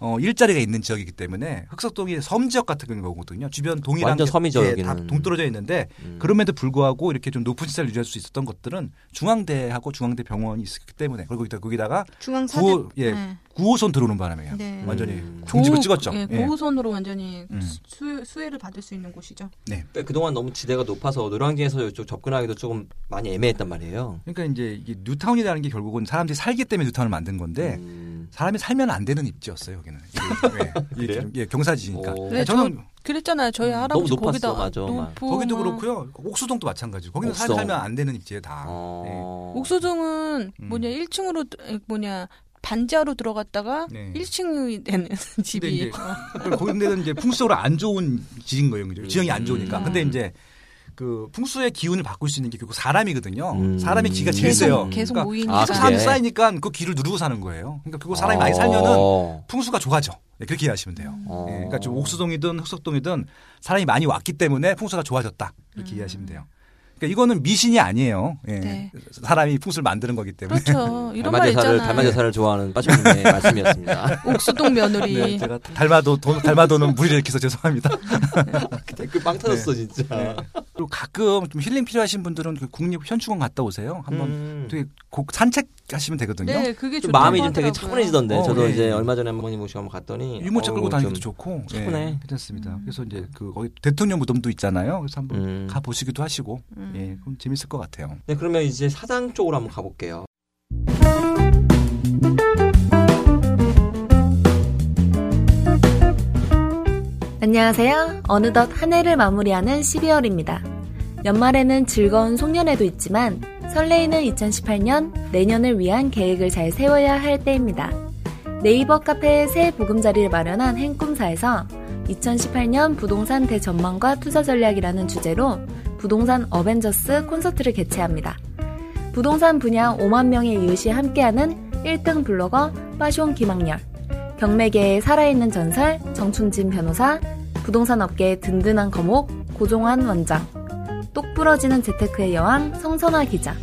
D: 어, 일자리가 있는 지역이기 때문에 흑석동이 섬 지역 같은 경우거든요. 주변 동이랑
C: 완전 섬이죠,
D: 예, 다
C: 여기는.
D: 동떨어져 있는데
C: 음.
D: 그럼에도 불구하고 이렇게 좀 높은 시설을 유지할 수 있었던 것들은 중앙대하고 중앙대 병원이 있었기 때문에 그리고 거기다- 거기다가
E: 중앙 사대.
D: 구호 예
E: 네.
D: 구호선 들어오는 바람에요.
E: 네.
D: 완전히
C: 음.
D: 공집을
E: 고-
D: 찍었죠.
E: 예,
D: 예.
E: 고호선으로 완전히
D: 음.
E: 수, 수혜를 받을 수 있는 곳이죠.
C: 근데 그동안 너무 지대가 높아서 노량진에서 이쪽 접근하기도 조금 많이 애매했단 말이에요.
D: 그러니까 이제 이게 뉴타운이라는 게 결국은 사람들이 살기 때문에 뉴타운을 만든 건데
C: 음.
D: 사람이 살면 안 되는 입지였어요 여기는. 예, 예,
C: 그래요?
D: 예, 경사지니까.
C: 오.
E: 네,
D: 저는
E: 그랬잖아요. 저희
D: 음.
E: 할아버지
C: 높았어,
E: 거기다
C: 맞아, 맞아.
E: 높고
D: 거기도
E: 막.
D: 그렇고요. 옥수동도 마찬가지고. 거기는 사람
C: 옥수동.
D: 살면 안 되는 입지에 다. 네.
C: 어.
E: 옥수동은
D: 음.
E: 뭐냐 1층으로 뭐냐 반지하로 들어갔다가
D: 네.
E: 1층이 되는
D: 근데
E: 집이
D: 이제 거기는 이제 풍수적으로 안 좋은 지인 거예요. 그죠? 지형이 안 좋으니까.
E: 음.
D: 근데 이제 그 풍수의 기운을 바꿀 수 있는 게 결국 사람이거든요.
C: 음.
D: 사람의 기가 제일
E: 계속
D: 세요.
E: 계속
D: 그러니까
E: 모이니까
C: 아,
D: 계속 사람이
C: 그게. 아.
D: 쌓이니까 그 기를 누르고 사는 거예요. 그러니까 그거 사람이 많이 살면은
C: 어.
D: 풍수가 좋아져. 네, 그렇게 이해하시면 돼요.
C: 어.
D: 예, 그러니까 좀 옥수동이든 흑석동이든 사람이 많이 왔기 때문에 풍수가 좋아졌다 이렇게 이해하시면 돼요. 그러니까 이거는 미신이 아니에요. 예.
E: 음. 네.
D: 사람이 풍수를 만드는 거기 때문에.
E: 그렇죠. 이런 말
C: 달마제사를
E: 있잖아요.
C: 달마제사를 좋아하는 빠짐님의 말씀이었습니다.
E: 옥수동 며느리.
D: 네, 제가 달마도 도, 달마도는 무리를 일으켜서 죄송합니다.
C: 댓글 그 빵 터졌어 진짜.
D: 그리고 가끔 좀 힐링 필요하신 분들은 그 국립 현충원 갔다 오세요. 한번
C: 음.
D: 되게 고- 산책하시면 되거든요.
E: 네, 그게
C: 좀
E: 좋다고
C: 마음이 좀 되게
E: 하더라고요. 네.
C: 차분해지던데
D: 어,
C: 저도
D: 예.
C: 이제 얼마 전에 한번 모시고 한번 갔더니
D: 유모차
C: 어우,
D: 끌고 다니기도
C: 좀-
D: 좋고 예,
C: 차분해.
D: 괜찮습니다.
E: 음.
D: 그래서 이제 그 거기 대통령 무덤도 있잖아요. 그래서 한번
C: 음.
D: 가 보시기도 하시고
E: 음.
D: 예, 그럼 재밌을 것 같아요.
C: 네 그러면 이제 사당 쪽으로 한번 가볼게요.
F: 안녕하세요. 어느덧 한 해를 마무리하는 12월입니다. 연말에는 즐거운 송년회도 있지만 설레이는 2018년 내년을 위한 계획을 잘 세워야 할 때입니다. 네이버 카페에 새 보금자리를 마련한 행꿈사에서 2018년 부동산 대전망과 투자 전략이라는 주제로 부동산 어벤져스 콘서트를 개최합니다. 부동산 분야 5만 명의 이웃이 함께하는 1등 블로거 빠숑 김학렬, 경매계의 살아있는 전설 정춘진 변호사, 부동산 업계의 든든한 거목 고종환 원장, 똑 부러지는 재테크의 여왕 성선화 기자.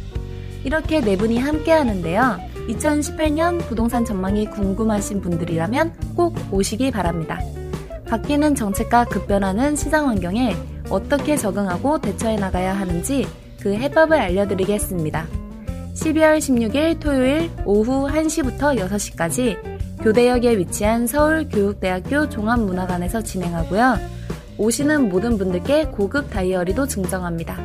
F: 이렇게 네 분이 함께 하는데요. 2018년 부동산 전망이 궁금하신 분들이라면 꼭 오시기 바랍니다. 바뀌는 정책과 급변하는 시장 환경에 어떻게 적응하고 대처해 나가야 하는지 그 해법을 알려드리겠습니다. 12월 16일 토요일 오후 1시부터 6시까지 교대역에 위치한 서울교육대학교 종합문화관에서 진행하고요. 오시는 모든 분들께 고급 다이어리도 증정합니다.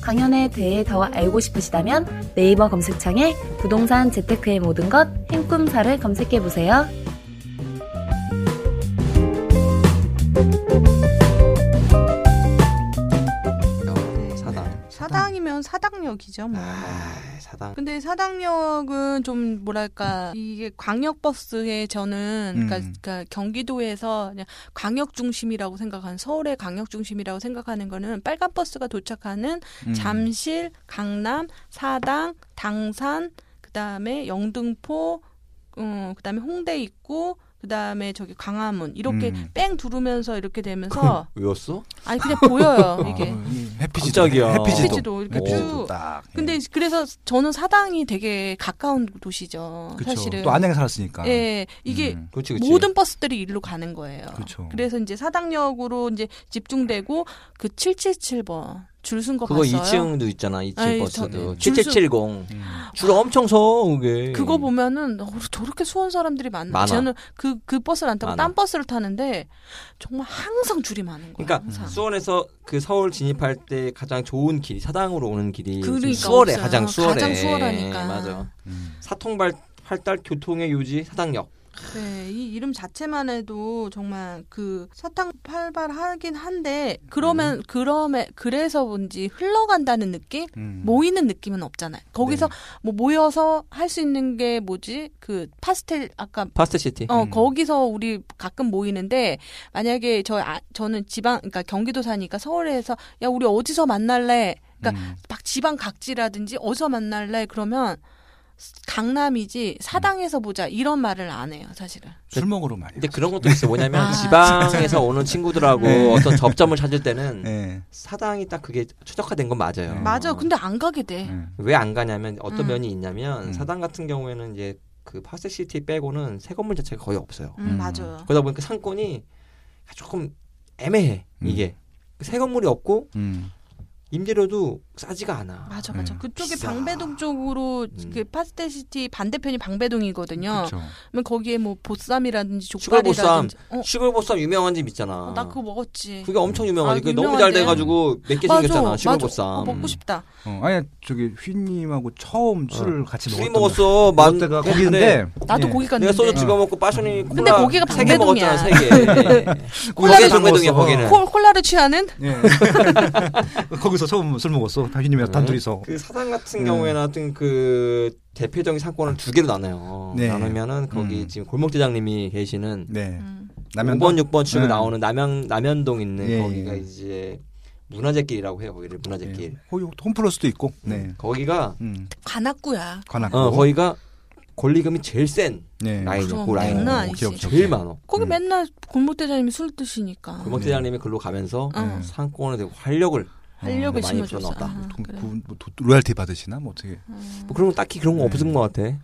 F: 강연에 대해 더 알고 싶으시다면 네이버 검색창에 부동산 재테크의 모든 것 행꿈사를 검색해보세요.
C: 어, 사당.
E: 사당이면 사당역이죠, 뭐.
C: 아 사당.
E: 근데 사당역은 좀 뭐랄까 이게 광역버스에 저는
D: 음.
E: 그러니까, 그러니까 경기도에서 그냥 광역 중심이라고 생각하는 서울의 광역 중심이라고 생각하는 거는 빨간 버스가 도착하는
D: 음.
E: 잠실, 강남, 사당, 당산, 그다음에 영등포, 음, 그다음에 홍대 있고 그다음에 저기 광화문 이렇게
D: 음.
E: 뺑 두르면서 이렇게 되면서
C: 외웠어?
E: 아니 그냥 보여요
D: 아,
E: 이게
D: 이 해피지도
C: 깜짝이야.
D: 해피지도 뭐,
E: 해피지도 이렇게
D: 해피지도
E: 쭉
D: 딱. 예.
E: 근데 그래서 저는 사당이 되게 가까운 도시죠.
D: 그쵸.
E: 사실은.
D: 또 안양에 살았으니까.
E: 예, 이게
D: 음.
C: 그렇지 그렇지.
E: 모든 버스들이 일로 가는 거예요.
D: 그쵸.
E: 래서 이제 사당역으로 이제 집중되고 그 777번 줄 쓴 거
C: 그거
E: 봤어요.
C: 2층도 있잖아 2층
E: 아니,
C: 버스도
E: 저- 네.
C: 7770.
D: 음.
C: 줄 엄청 서 그게.
E: 그거 보면은 어, 저렇게 수원 사람들이 많나?
C: 예. 많아.
E: 저는 그, 그 버스를 안 타고
C: 많아.
E: 딴 버스를 타는데 정말 항상 줄이 많은 거예요.
C: 그러니까
E: 항상.
C: 수원에서 그 서울 진입할 때 가장 좋은 길이 사당으로 오는 길이 지금
E: 그러니까
C: 수월해
E: 없어요.
C: 가장 수월해
E: 가장 수월하니까.
C: 맞아
D: 음.
C: 사통발 발달 교통의 요지 사당역
E: 네, 이 이름 자체만 해도 정말 그 사탕팔발하긴 한데 그러면
C: 음.
E: 그럼에 그래서 뭔지 흘러간다는 느낌,
D: 음.
E: 모이는 느낌은 없잖아요. 거기서
D: 네.
E: 뭐 모여서 할 수 있는 게 뭐지? 그 파스텔 아까
C: 파스텔 시티.
E: 어
D: 음.
E: 거기서 우리 가끔 모이는데 만약에 저 아, 저는 지방 그러니까 경기도 사니까 서울에서 야 우리 어디서 만날래? 그러니까
D: 음.
C: 네.
E: 막 지방 각지라든지 어디서 만날래? 그러면 강남이지
C: 음.
E: 사당에서 보자 이런 말을 안 해요 사실은.
D: 술 먹으러 많이.
C: 근데 그런 것도 있어. 뭐냐면
E: 아,
C: 지방에서 오는 친구들하고
D: 네.
C: 어떤 접점을 찾을 때는
D: 예.
C: 사당이 딱 그게 최적화된 건 맞아요.
D: 네.
E: 음. 맞아. 근데 안 가게 돼.
D: 예.
C: 왜 안 가냐면 어떤
E: 음.
C: 면이 있냐면
D: 음.
C: 사당 같은 경우에는 이제 그 파스시티 빼고는 새 건물 자체가 거의 없어요.
E: 음,
D: 음.
E: 맞아요.
C: 그러다 보니까 상권이 조금 애매해
D: 음.
C: 이게 새 건물이 없고
D: 음.
C: 임대료도 싸지가 않아.
E: 맞아, 맞아.
D: 네.
E: 그쪽에
C: 음. 비싸.
E: 방배동 쪽으로
C: 음.
E: 그 파스텔시티 반대편이 방배동이거든요.
D: 그렇죠.
E: 그러면 거기에 뭐 보쌈이라든지
C: 슈가 보쌈.
E: 족발이라든지. 어,
C: 슈골보쌈 유명한 집 있잖아.
E: 어, 나 그거 먹었지.
C: 그게 엄청 유명하지.
E: 아,
C: 그게 너무 잘
E: 유명한데?
C: 돼가지고 몇 개
E: 맞아,
C: 생겼잖아. 슈골보쌈.
E: 맞아. 어, 먹고 싶다.
D: 어, 아니 저기 휘님하고 처음 술을 같이
C: 어. 술이
D: 먹었던
C: 먹었어.
D: 만
C: 만-
D: 때가
C: 근데
D: 거기인데
E: 나도
D: 예.
E: 거기
C: 내가
E: 갔는데.
C: 소주 찍어 먹고 빠션이 콜라
E: 아. 근데 거기가
C: 세개 먹었잖아.
E: 방배동이야.
C: 세 개.
D: 콜라를 다
C: 방배동이야
D: 먹었어.
C: 거기는.
E: 콜, 콜라를 취하는
D: 예. 거기서 처음 술 먹었어. 휘님이랑 단둘이서.
C: 그 사당 같은
D: 음.
C: 경우에는 하여튼 그 대표적인 상권을 두 개로 나눠요.
D: 네.
C: 나누면은 거기
D: 음.
C: 지금 골목대장님이 계시는
D: 네.
E: 음.
D: 남양
C: 5번 6번 출구
D: 네.
C: 나오는 남양 남현동 있는
D: 예,
C: 거기가
D: 예.
C: 이제 문화재길이라고 해요. 거기를 문화재길.
D: 예. 거기 홈플러스도 있고. 네.
C: 거기가
D: 음.
E: 관악구야.
D: 관악.
C: 어 음, 거기가 권리금이 제일 센
D: 네.
C: 아, 라인이고
E: 그럼
C: 라인
E: 장난 아니지.
D: 기억, 기억.
C: 제일 많어.
E: 거기
D: 음.
E: 맨날 골목 대장님이 술 드시니까
D: 네.
C: 골목 대장님이 글로 가면서
E: 어.
C: 상권에 대고 활력을
E: 활력을
C: 많이
E: 심어줬어.
C: 불어넣었다.
E: 아,
D: 그,
E: 그래.
D: 그, 뭐, 도- 로얄티 받으시나 뭐 어떻게?
C: 뭐 그런 건 딱히 그런 거
D: 네.
C: 없은 것 같아.
D: 예.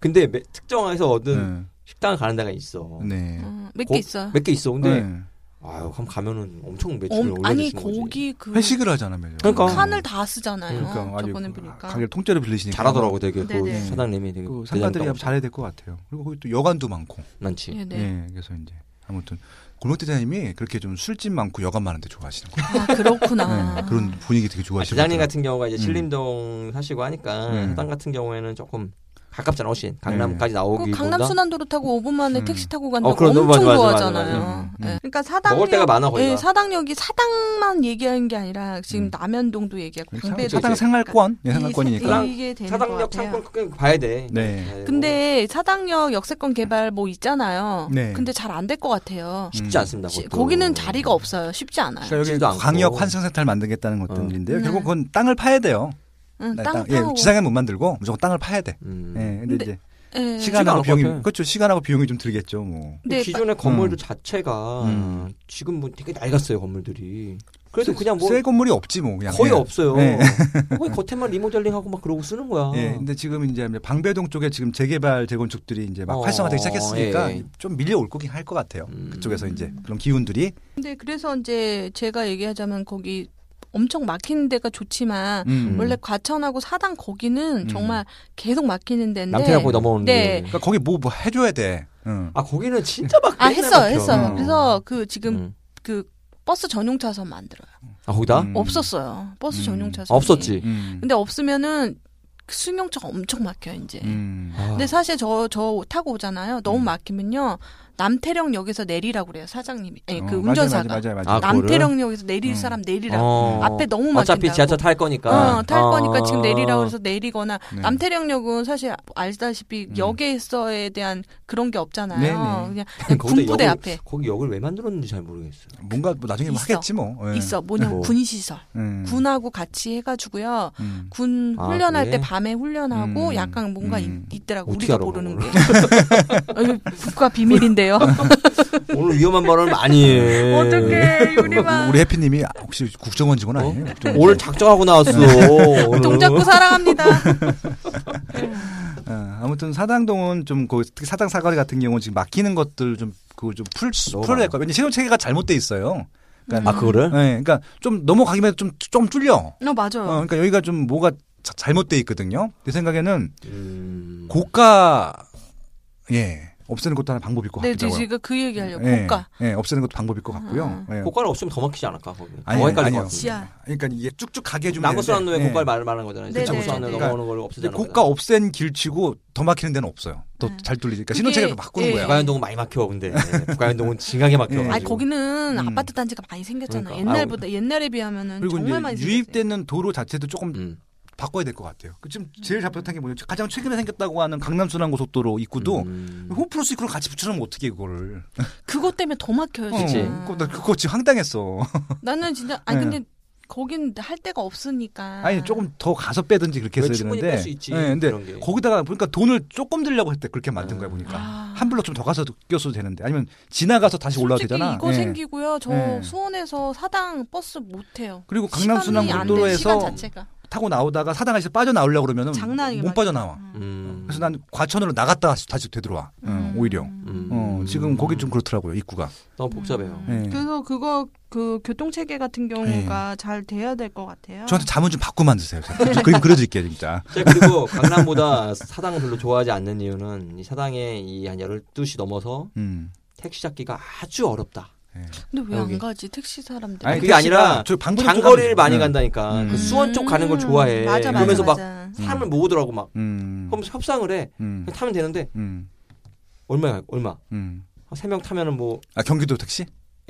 C: 근데 매- 특정해서 얻은
D: 네.
C: 식당을 가는 데가 있어.
D: 네.
E: 몇
C: 거-
E: 개 있어.
C: 음. 몇 개 있어. 근데
D: 네.
C: 아유 그럼 가면은 엄청 매출을
E: 아. 엄, 아니
C: 올려주신 거지.
E: 거기 그
D: 회식을 하잖아요. 매일.
C: 그러니까.
E: 칸을 다 쓰잖아요.
D: 그러니까 아주
E: 저번에 보니까
D: 가게를 통째로 빌리시니까
C: 잘하더라고 되게 그
E: 네네.
C: 사장님이 되게
D: 그 상가들이
C: 대장님
D: 잘해야 될 것 같아요. 그리고 거기 또 여관도 많고.
C: 많지.
E: 예, 네.
D: 예, 그래서 이제 아무튼 골목 대장님이 그렇게 좀 술집 많고 여관 많은데 좋아하시는 거예요.
E: 아 그렇구나.
D: 네, 그런 분위기 되게
C: 아,
D: 좋아하시는
C: 대장님
D: 거예요.
C: 같은 경우가 이제
D: 음.
C: 신림동 사시고 하니까
D: 음.
C: 해당 같은 경우에는 조금 가깝잖아 훨씬 강남까지
D: 네.
C: 나오기
E: 그 강남
C: 보다.
E: 순환도로 타고 5분 만에
D: 음.
E: 택시 타고 간다고
C: 어, 그럼
E: 엄청
C: 너무 맞아, 맞아,
E: 좋아하잖아요.
D: 맞아, 맞아.
E: 예.
D: 음.
E: 그러니까 사당역
C: 먹을 데가 많아, 거기가.
E: 예, 사당역이 사당만 얘기하는 게 아니라 지금
D: 음.
E: 남현동도 얘기하고
C: 그렇죠.
D: 사-
E: 강대도
D: 사당 생활권, 예, 생활권이니까.
C: 사당-
E: 이게 되는 것
C: 사당역
E: 같아요.
C: 상권 그 봐야 돼.
D: 네.
C: 봐야 되고.
E: 근데 사당역 역세권 개발 뭐 있잖아요.
D: 네.
E: 근데 잘 안 될 것 같아요.
C: 쉽지 않습니다.
E: 시-
C: 그것도. 음.
E: 거기는 자리가 없어요. 쉽지 않아요.
D: 음. 그러니까
C: 쉽지도
D: 여기
C: 않고.
D: 광역 환승센터를 만들겠다는
C: 어.
D: 것들 인데요.
E: 네.
D: 결국 그건 땅을 파야 돼요.
E: 응,
D: 네,
E: 땅
D: 예,
E: 파고.
D: 지상에 못 만들고 무조건 땅을 파야 돼.
C: 음.
D: 예, 근데,
E: 근데-
D: 이제
C: 쉽지가
E: 예.
C: 않을
D: 시간하고
C: 것
D: 비용이
C: 같아.
D: 그렇죠. 시간하고 비용이 좀 들겠죠. 뭐.
E: 근데 그
C: 기존의 건물들
D: 음.
C: 자체가
D: 음.
C: 지금 뭐 되게 낡았어요 건물들이. 그래서 그냥 뭐
D: 새 건물이 없지 뭐 그냥
C: 거의
D: 예.
C: 없어요.
D: 네.
C: 거의 겉에만 리모델링하고 막 그러고 쓰는 거야.
D: 예, 근데 지금 이제 방배동 쪽에 지금 재개발 재건축들이 이제 막
C: 어,
D: 활성화되기 시작했으니까
C: 예.
D: 좀 밀려올 거긴 할 것 같아요.
C: 음.
D: 그쪽에서 이제 그런 기운들이
E: 근데 그래서 이제 제가 얘기하자면 거기 엄청 막히는 데가 좋지만
D: 음.
E: 원래 과천하고 사당 거기는
D: 음.
E: 정말 계속 막히는 데인데
C: 남태가 거의 넘어오는.
E: 네.
C: 게.
D: 그러니까 거기 뭐 뭐 해줘야 돼. 응.
C: 아 거기는 진짜 막.
E: 아
C: 맨날
E: 했어요
C: 막혀.
E: 했어요
D: 음.
E: 그래서 그 지금
C: 음.
E: 그 버스 전용 차선 만들어요
C: 아 거기다?
D: 음.
E: 없었어요 버스
D: 음.
E: 전용 차선
C: 아, 없었지.
E: 네.
D: 음.
E: 근데 없으면은 승용차가 엄청 막혀 이제
D: 음.
C: 아.
E: 근데 사실 저 저 타고 오잖아요 너무
D: 음.
E: 막히면요 남태령역에서 내리라고 그래요 사장님이 아니 그
D: 어, 맞아요,
E: 운전사가
D: 맞아요, 맞아요,
C: 아,
D: 맞아요.
C: 그거를?
E: 남태령역에서 내릴
D: 음.
E: 사람 내리라고
C: 어.
E: 앞에 너무 막힌다고
C: 어차피 지하철 탈 거니까.
E: 어, 탈
C: 아.
E: 거니까 지금 내리라고 해서 내리거나
D: 네.
E: 남태령역은 사실 알다시피
D: 음.
E: 역에서에 대한 그런 게 없잖아요.
D: 네네.
E: 그냥, 그냥
C: 거기다
E: 군부대
C: 역을-
E: 앞에
C: 거기 역을 왜 만들었는지 잘 모르겠어요.
D: 뭔가 뭐 나중에 뭐
E: 있어.
D: 하겠지 뭐. 예.
E: 있어 뭐냐
C: 뭐.
E: 군시설
D: 음.
E: 군하고 같이 해가지고요.
D: 음.
E: 군
C: 아,
E: 훈련할
C: 그래?
E: 때 밤에 훈련하고
D: 음.
E: 약간 뭔가
D: 음.
E: 있, 더라고
C: 어떻게
E: 우리가
C: 알아,
E: 모르는 게
C: 그거를?
E: 아유, 국가 비밀인데요.
C: 오늘 위험한 발언을 많이 해.
E: 어떻게
D: 우리-
E: 우리만
D: 우리 해피님이 혹시 국정원 직원
C: 어?
D: 아니에요? 국정원
C: 오늘 작정하고 나왔어.
D: 네.
C: 오늘.
E: 동작구 사랑합니다.
D: 직원. 어, 아무튼 사당동은 좀 거기 특히 사당 사거리 같은 경우는 지금 막히는 것들 좀 그거 좀풀
C: 너무
D: 풀어야 될 거예요. 왜냐 신용 체계가 잘못돼 있어요. 그러니까
C: 아 그거를?
D: 예, 그러니까 좀 넘어가기만 좀좀 뚫려.
E: 어, 맞아요.
D: 어, 그러니까 여기가 좀 뭐가 자- 잘못돼 있거든요. 내 생각에는
C: 음.
D: 고가 예 없애는 것도 하나 방법일 것
E: 네,
D: 같기도 하고요.
E: 제가 그 얘기하려고
D: 예,
E: 국가 아.
D: 예, 없애는 것도 방법일 것 같고요. 예.
C: 고가를 없으면 더 막히지 않을까 거기.
D: 아니,
C: 더 헷갈릴
D: 아니요.
C: 것 같은데.
E: 지하
D: 그러니까 이게 쭉쭉 가게 해주면
C: 남부 순환
D: 되는데,
C: 로에
D: 예.
C: 고가를 말- 말하는 거잖아요.
E: 네네.
C: 남부 순환로
E: 네네.
C: 넘어오는 걸
D: 그러니까 근데
C: 없애자는
D: 고가 없앤 길치고 더 막히는 데는 없어요.
E: 네.
D: 더 잘 뚫리니까
E: 그게-
D: 신호체계를 바꾸는
E: 예.
D: 거야. 네.
C: 북가현동은 네. 많이 막혀 근데 북가현동은 징하게 막혀.
D: 예.
E: 아니 거기는
D: 음.
E: 아파트 단지가 많이 생겼잖아. 요
C: 그러니까.
E: 옛날보다 옛날에 비하면은
D: 그리고
E: 정말 많이
D: 이제
E: 생겼어요.
D: 유입되는 도로 자체도 조금
C: 음.
D: 바꿔야 될 것 같아요. 그 지금
E: 음.
D: 제일 잘못한 게 뭐냐면 가장 최근에 생겼다고 하는 강남순환고속도로 입구도
C: 음.
D: 홈플러스 입구를 같이 붙여놓으면 어떻게 그거를?
E: 그것 때문에 더 막혀요.
D: 어,
C: 그치.
E: 진짜.
D: 그거, 나 그거 지금 황당했어.
E: 나는 진짜 아니
D: 네.
E: 근데 거긴 할 데가 없으니까.
D: 아니 조금 더 가서 빼든지 그렇게
C: 왜
D: 했어야
C: 충분히
D: 되는데.
C: 뺄수 있지,
D: 예, 근데
C: 그런 게.
D: 거기다가 보니까 돈을 조금 들려고 했대 그렇게 만든
C: 음.
D: 거야 보니까
E: 아.
D: 한 블럭 좀 더 가서 껴서도 되는데 아니면 지나가서 다시 올라와도
E: 솔직히
D: 되잖아.
E: 이거
D: 예.
E: 생기고요. 저
D: 예.
E: 수원에서 사당 버스 못 해요.
D: 그리고 강남
E: 시간이 안 돼, 시간
D: 순환고속도로에서
E: 자체가
D: 타고 나오다가 사당에서 빠져나오려고 그러면
E: 장난 아니게
D: 못
E: 많이
D: 빠져나와.
C: 음.
D: 그래서 난 과천으로 나갔다 다시, 다시 되돌아와. 응,
E: 음.
D: 오히려.
C: 음.
D: 어, 지금 거기 좀 그렇더라고요 입구가.
C: 너무 복잡해요.
E: 음.
D: 예.
E: 그래서 그거 그 교통 체계 같은 경우가 잘 돼야 될 것 같아요.
D: 저한테 자문 좀 바꿔 만드세요. 제가. 저 그림 그려드릴게요 진짜.
C: 제가 그리고 강남보다 사당을 별로 좋아하지 않는 이유는 이 사당에 이한 12시 넘어서
D: 음.
C: 택시 잡기가 아주 어렵다.
D: 예.
E: 근데 왜 안
C: 여기.
E: 가지 택시 사람들?
D: 아니,
E: 이
C: 그게 아니라
D: 택시가 저 방배동 쪽
C: 장거리를
D: 가면
C: 많이
D: 좀-
C: 간다니까.
D: 음.
C: 그 수원 쪽 가는 걸 좋아해.
E: 맞아, 맞아,
C: 그러면서 막
E: 맞아.
C: 사람을 모으더라고 막.
D: 음.
C: 그럼 협상을 해.
D: 음.
C: 타면 되는데
D: 음.
C: 얼마야? 얼마?
D: 음.
C: 세 명 타면은 뭐
D: 아 경기도 택시?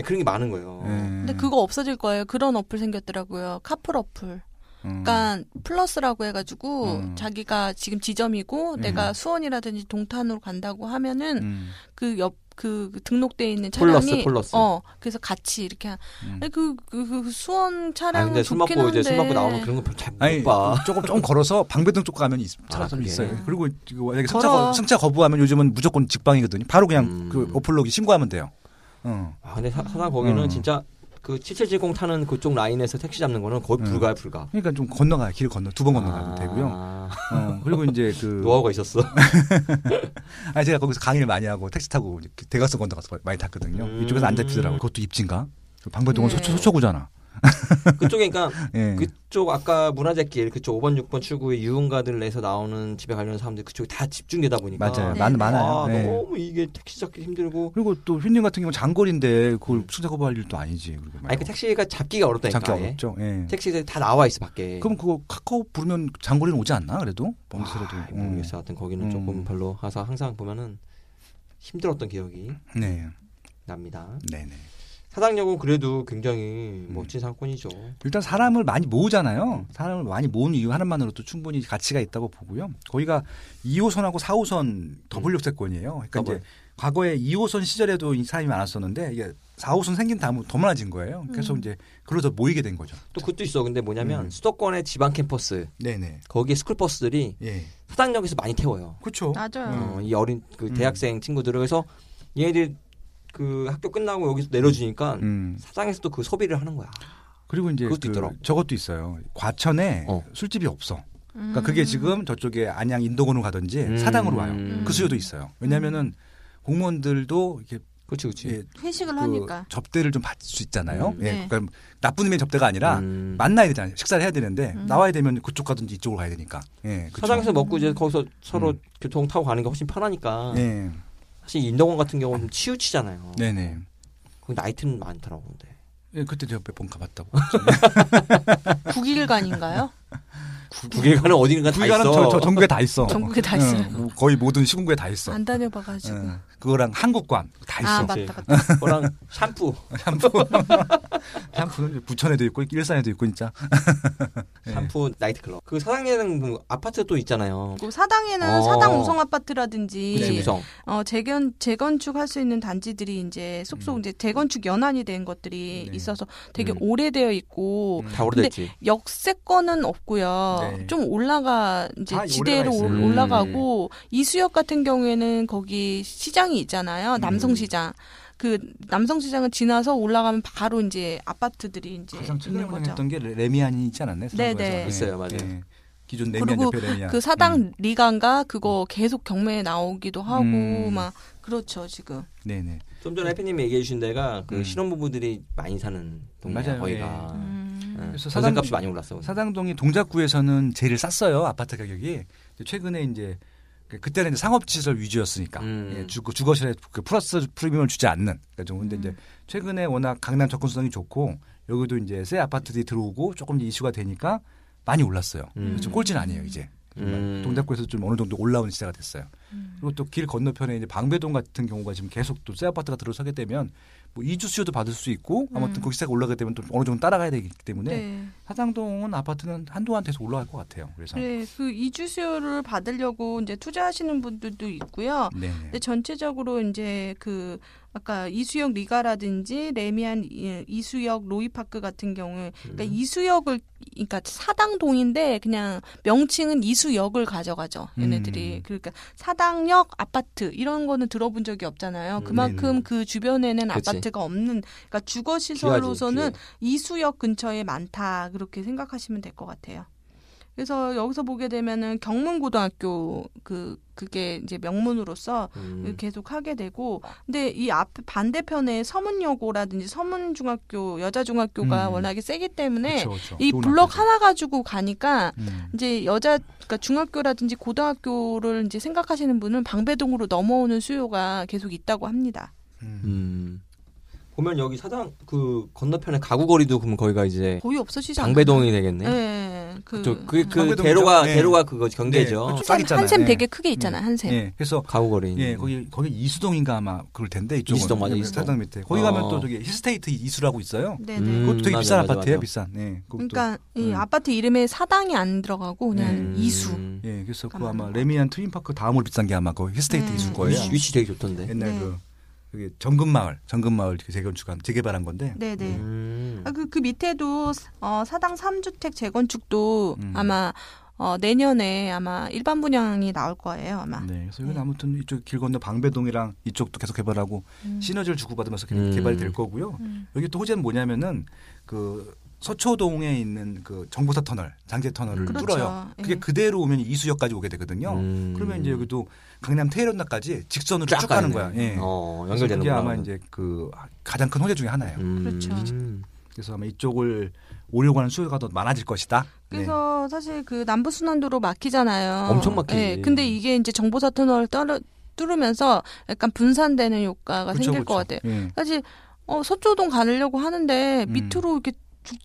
C: 그런 게 많은 거예요.
D: 네.
E: 근데 그거 없어질 거예요. 그런 어플 생겼더라고요. 카풀 어플. 그러니까 플러스라고 해가지고
D: 음.
E: 자기가 지금 지점이고
D: 음.
E: 내가 수원이라든지 동탄으로 간다고 하면은 그 옆 그 등록돼 있는
C: 폴러스,
E: 차량이
C: 폴러스.
E: 어 그래서 같이 이렇게 한-
D: 음.
E: 아니, 그, 그, 그 수원
C: 아
E: 차량
C: 근데 술
E: 좋긴
C: 먹고
E: 한데
C: 이제 술 먹고 나오면 그런 거잘못
D: 아니
C: 봐.
D: 조금 조금 걸어서 방배동 쪽 가면 있, 차가
C: 아,
D: 좀
C: 그래.
D: 있어요. 그리고 이거 만약에 승차,
E: 걸어.
D: 거부, 승차 거부하면 요즘은 무조건 직방이거든요. 바로 그냥
C: 음.
D: 그 어플로 신고하면 돼요. 어.
C: 아, 근데 사- 사실 거기는
D: 음.
C: 진짜 그 7770 타는 그쪽 라인에서 택시 잡는 거는 거의
D: 음.
C: 불가야 불가.
D: 그러니까 좀 건너가요. 길 건너 두 번 건너가면 되고요.
C: 아,
D: 어, 그리고 이제 그
C: 노하우가 있었어.
D: 아니 제가 거기서 강의를 많이 하고 택시 타고 이렇게 대각선 건너가서 많이 탔거든요.
C: 음.
D: 이쪽에서 안 잡히더라고. 요 그것도 입진가? 방배동은
E: 네.
D: 소초, 소초구잖아.
C: 그쪽에 그러니까
D: 예.
C: 그쪽 아까 문화재길 그쪽 5번 6번 출구의 유흥가들에서 나오는 집에 가려는 사람들 그쪽이 다 집중되다 보니까
D: 맞아요.
E: 네.
D: 많, 많아요.
C: 아,
D: 예.
C: 너무 이게 택시 잡기 힘들고.
D: 그리고 또 휘님 같은 경우는 장거리인데 그걸 승차 거부할 일도 아니지. 그리고
C: 음. 아니 그 택시가 잡기가 어렵다니까.
D: 어. 잡기
C: 아예.
D: 어렵죠. 예.
C: 택시가 다 나와 있어 밖에.
D: 그럼 그거 카카오 부르면 장거리는 오지 않나 그래도 범스라도
C: 아, 모르겠어. 하여튼 거기는
D: 음.
C: 조금 별로. 가서 항상 보면은 힘들었던 기억이
D: 네,
C: 납니다.
D: 네, 네.
C: 사당역은 그래도 굉장히
D: 음.
C: 멋진 상권이죠.
D: 일단 사람을 많이 모으잖아요. 사람을 많이 모은 이유 하나만으로도 충분히 가치가 있다고 보고요. 거기가 2호선하고 4호선 더블 역세권이에요. 그러니까
C: 음. 더블.
D: 이제 과거에 2호선 시절에도 이 사람이 많았었는데 이게 4호선 생긴 다음 더 많아진 거예요.
E: 음.
D: 그래서 이제 그러다 모이게 된 거죠.
C: 또 그것도 있어. 근데 뭐냐면
D: 음.
C: 수도권의 지방 캠퍼스
D: 네, 네,
C: 거기에 스쿨버스들이
D: 예,
C: 사당역에서 많이 태워요.
D: 그렇죠.
E: 맞아요.
C: 어, 이 어린 그
D: 음.
C: 대학생 친구들을 그래서 얘네들 그 학교 끝나고 여기서 내려주니까
D: 음.
C: 사당에서도 그 소비를 하는 거야.
D: 그리고 이제
C: 그것도
D: 그
C: 있더라고.
D: 저것도 있어요. 과천에
C: 어.
D: 술집이 없어. 그러니까
E: 음.
D: 그게 지금 저쪽에 안양 인도건으로 가든지
C: 음.
D: 사당으로 와요.
C: 음.
D: 그 수요도 있어요. 왜냐하면은 공무원들도 이렇게
C: 그렇지, 그렇지.
D: 예,
E: 회식을
D: 그
E: 하니까
D: 접대를 좀 받을 수 있잖아요.
C: 음.
D: 예,
E: 네.
D: 그러니까 나쁜 의미의 접대가 아니라
C: 음.
D: 만나야 되잖아요. 식사를 해야 되는데
E: 음.
D: 나와야 되면 그쪽 가든지 이쪽으로 가야 되니까. 예, 그쵸.
C: 사당에서 먹고 이제 거기서 서로
D: 음.
C: 교통 타고 가는 게 훨씬 편하니까
D: 예,
C: 사실 인덕원 같은 경우는 좀 치우치잖아요.
D: 네. 네네.
C: 그 나이트는 많더라고 근데.
D: 예, 그때 제가 몇 번 가봤다고.
E: 국일간인가요?
C: 구개가는 어디가 다 있어.
D: 구이가는 저, 저 전국에 다 있어.
E: 전국에 다 있어요.
D: 예, 뭐 거의 모든 시군구에 다 있어.
E: 안 다녀봐가지고.
C: 네.
D: 예, 그거랑 한국관 다 있어.
E: 아
C: 그치.
E: 맞다 맞다.
C: 그거랑 샴푸,
D: 샴푸. 샴푸는 아, 부천에도 있고 일산에도 있고 진짜. 네.
C: 샴푸 나이트클럽. 그 사당에는 뭐 아파트 또 있잖아요.
E: 그 사당에는
C: 어.
E: 사당 우성
D: 네.
E: 아파트라든지
C: 그치, 우성.
E: 어, 재견, 재건축할 수 있는 단지들이 이제 속속 이제 재건축 연한이 된 것들이
D: 네.
E: 있어서 되게
C: 음.
E: 오래되어 있고
D: 음.
C: 다 오래됐지.
E: 역세권은 없고요.
D: 네.
E: 좀 올라가 이제
D: 아,
E: 지대로
D: 올라가 음.
E: 올-
C: 있어요.
E: 올라가고 이수역 같은 경우에는 거기 시장이
D: 음.
E: 있잖아요. 남성시장. 그 남성시장을 지나서 올라가면 바로 이제 아파트들이 이제
D: 가장 최근에
E: 네, 있는 거죠.
D: 했던 게 레- 레미안이 있지 않았나요?
E: 네, 네.
D: 서울에서?
C: 있어요, 맞아요.
D: 예. 기존 레미안
E: 그리고
D: 옆에 레미안.
E: 그 사당
D: 음.
E: 리간가 그거 계속 경매에 나오기도 하고
D: 음.
E: 막 그렇죠 지금.
D: 네네.
C: 좀 전에 해피님이 얘기해 주신 데가 그
D: 음.
C: 신혼부부들이 많이 사는 동네야
D: 맞아요,
C: 거기가.
D: 예.
E: 음.
C: 응.
D: 그래서
C: 전세
D: 사당-
C: 값이 많이 올랐어.
D: 사당동이 동작구에서는 제일 쌌어요 아파트 가격이. 근데 최근에 이제 그- 그때는 이제 상업시설 위주였으니까
C: 음.
D: 예, 주, 그 주거실에 그 플러스 프리미엄을 주지 않는. 그러니까 좀 근데
C: 음.
D: 이제 최근에 워낙 강남 접근 수단이 좋고 여기도 이제 새 아파트들이 들어오고 조금 이제 이슈가 되니까 많이 올랐어요.
C: 음.
D: 좀 꼴찌는 아니에요 이제. 정말
C: 음.
D: 동작구에서 좀 어느 정도 올라오는 시대가 됐어요. 그리고 또 길 건너편에 이제 방배동 같은 경우가 지금 계속 또 새 아파트가 들어서게 되면 뭐 이주 수요도 받을 수 있고 아무튼 거기 시세가 올라가게 되면 또 어느 정도 따라가야 되기 때문에
E: 네.
D: 사당동은 아파트는 한동안 계속 올라갈 것 같아요. 그래서
E: 네, 그 이주 수요를 받으려고 이제 투자하시는 분들도 있고요.
D: 네.
E: 근데 전체적으로 이제 그 아까 이수역 리가라든지 레미안 이- 이수역 로이파크 같은 경우,
C: 음.
E: 그러니까 이수역을 그러니까 사당동인데 그냥 명칭은 이수역을 가져가죠. 얘네들이
D: 음.
E: 그러니까 사당역 아파트 이런 거는 들어본 적이 없잖아요. 그만큼
D: 네네.
E: 그 주변에는
C: 음. 그치.
E: 아파트가 없는 그러니까 주거
C: 귀하지,
E: 시설로서는
C: 귀해.
E: 이수역 근처에 많다 그렇게 생각하시면 될 것 같아요. 그래서 여기서 보게 되면은 경문고등학교 그 그게 이제 명문으로서
C: 음.
E: 계속 하게 되고 근데 이 앞 반대편에 서문여고라든지 서문중학교 여자중학교가
D: 음.
E: 워낙에 세기 때문에
D: 그쵸, 그쵸.
E: 이
D: 좋은
E: 블럭
D: 아파트.
E: 하나 가지고 가니까
D: 음.
E: 이제 여자 그러니까 중학교라든지 고등학교를 이제 생각하시는 분은 방배동으로 넘어오는 수요가 계속 있다고 합니다.
D: 음.
C: 음. 보면 여기 사당 그 건너편에 가구거리도 보면 거기가
D: 네.
C: 이제
E: 거의 없어지지 않나요?
C: 방배동이 되겠네.
E: 네. 그,
C: 저, 그게 그
D: 방배동이죠?
C: 대로가
D: 네.
C: 대로가 그거 경계죠.
D: 네,
E: 한샘,
D: 있잖아요.
E: 한샘
D: 네.
E: 되게 크게 있잖아 요 한샘.
D: 예. 그래서
C: 가구거리.
D: 예, 거기 거기 이수동인가 아마 그럴 텐데 이쪽은
C: 이수동 맞아요, 이수동.
D: 사당 밑에. 거기 가면
C: 어.
D: 또 저기 힐스테이트 이수라고 있어요.
E: 네네.
C: 음.
D: 그것도 되게
C: 맞아,
D: 비싼
C: 맞아,
D: 아파트예요,
C: 맞아.
D: 비싼. 예. 그것도.
E: 그러니까 이
D: 음.
E: 아파트 이름에 사당이 안 들어가고 그냥
D: 음.
E: 이수.
D: 예, 그래서 그
E: 가만.
D: 아마 레미안 트윈파크 다음으로 비싼 게 아마 그 힐스테이트
E: 음.
D: 이수일 거예요.
C: 위치, 위치 되게 좋던데.
D: 옛날
E: 네.
D: 그 여기 정금마을, 정금마을 재건축한 재개발한 건데.
E: 네네.
C: 음.
E: 아, 그, 그 밑에도 어, 사당 3주택 재건축도
D: 음.
E: 아마 어, 내년에 아마 일반 분양이 나올 거예요. 아마.
D: 네. 그래서 여기는 아무튼 이쪽 길 건너 방배동이랑 이쪽도 계속 개발하고
E: 음.
D: 시너지를 주고받으면서
C: 음.
D: 개발이 될 거고요.
E: 음.
D: 여기 또 호재는 뭐냐면은 그 서초동에 있는 그 정보사 터널, 장제 터널을
E: 그렇죠.
D: 뚫어요. 그게
E: 예.
D: 그대로 오면 이수역까지 오게 되거든요.
C: 음.
D: 그러면 이제 여기도 강남 테헤런나까지 직선으로 쭉,
C: 쫙
D: 가는
C: 가네.
D: 거야. 예.
C: 어,
D: 그래서
C: 연결되는 음.
D: 그게 아마 이제 그 가장 큰 호재 중에 하나예요.
E: 그렇죠.
D: 그래서 아마 이쪽을 오려고 하는 수요가 더 많아질 것이다. 예.
E: 그래서 사실 그 남부순환도로 막히잖아요.
C: 엄청 막히지.
E: 예, 근데 이게 이제 정보사 터널 떨어, 뚫으면서 약간 분산되는 효과가
D: 그쵸,
E: 생길 것
D: 그쵸.
E: 같아요.
D: 예.
E: 사실 어, 서초동 가려고 하는데
D: 음.
E: 밑으로 이렇게 쭉-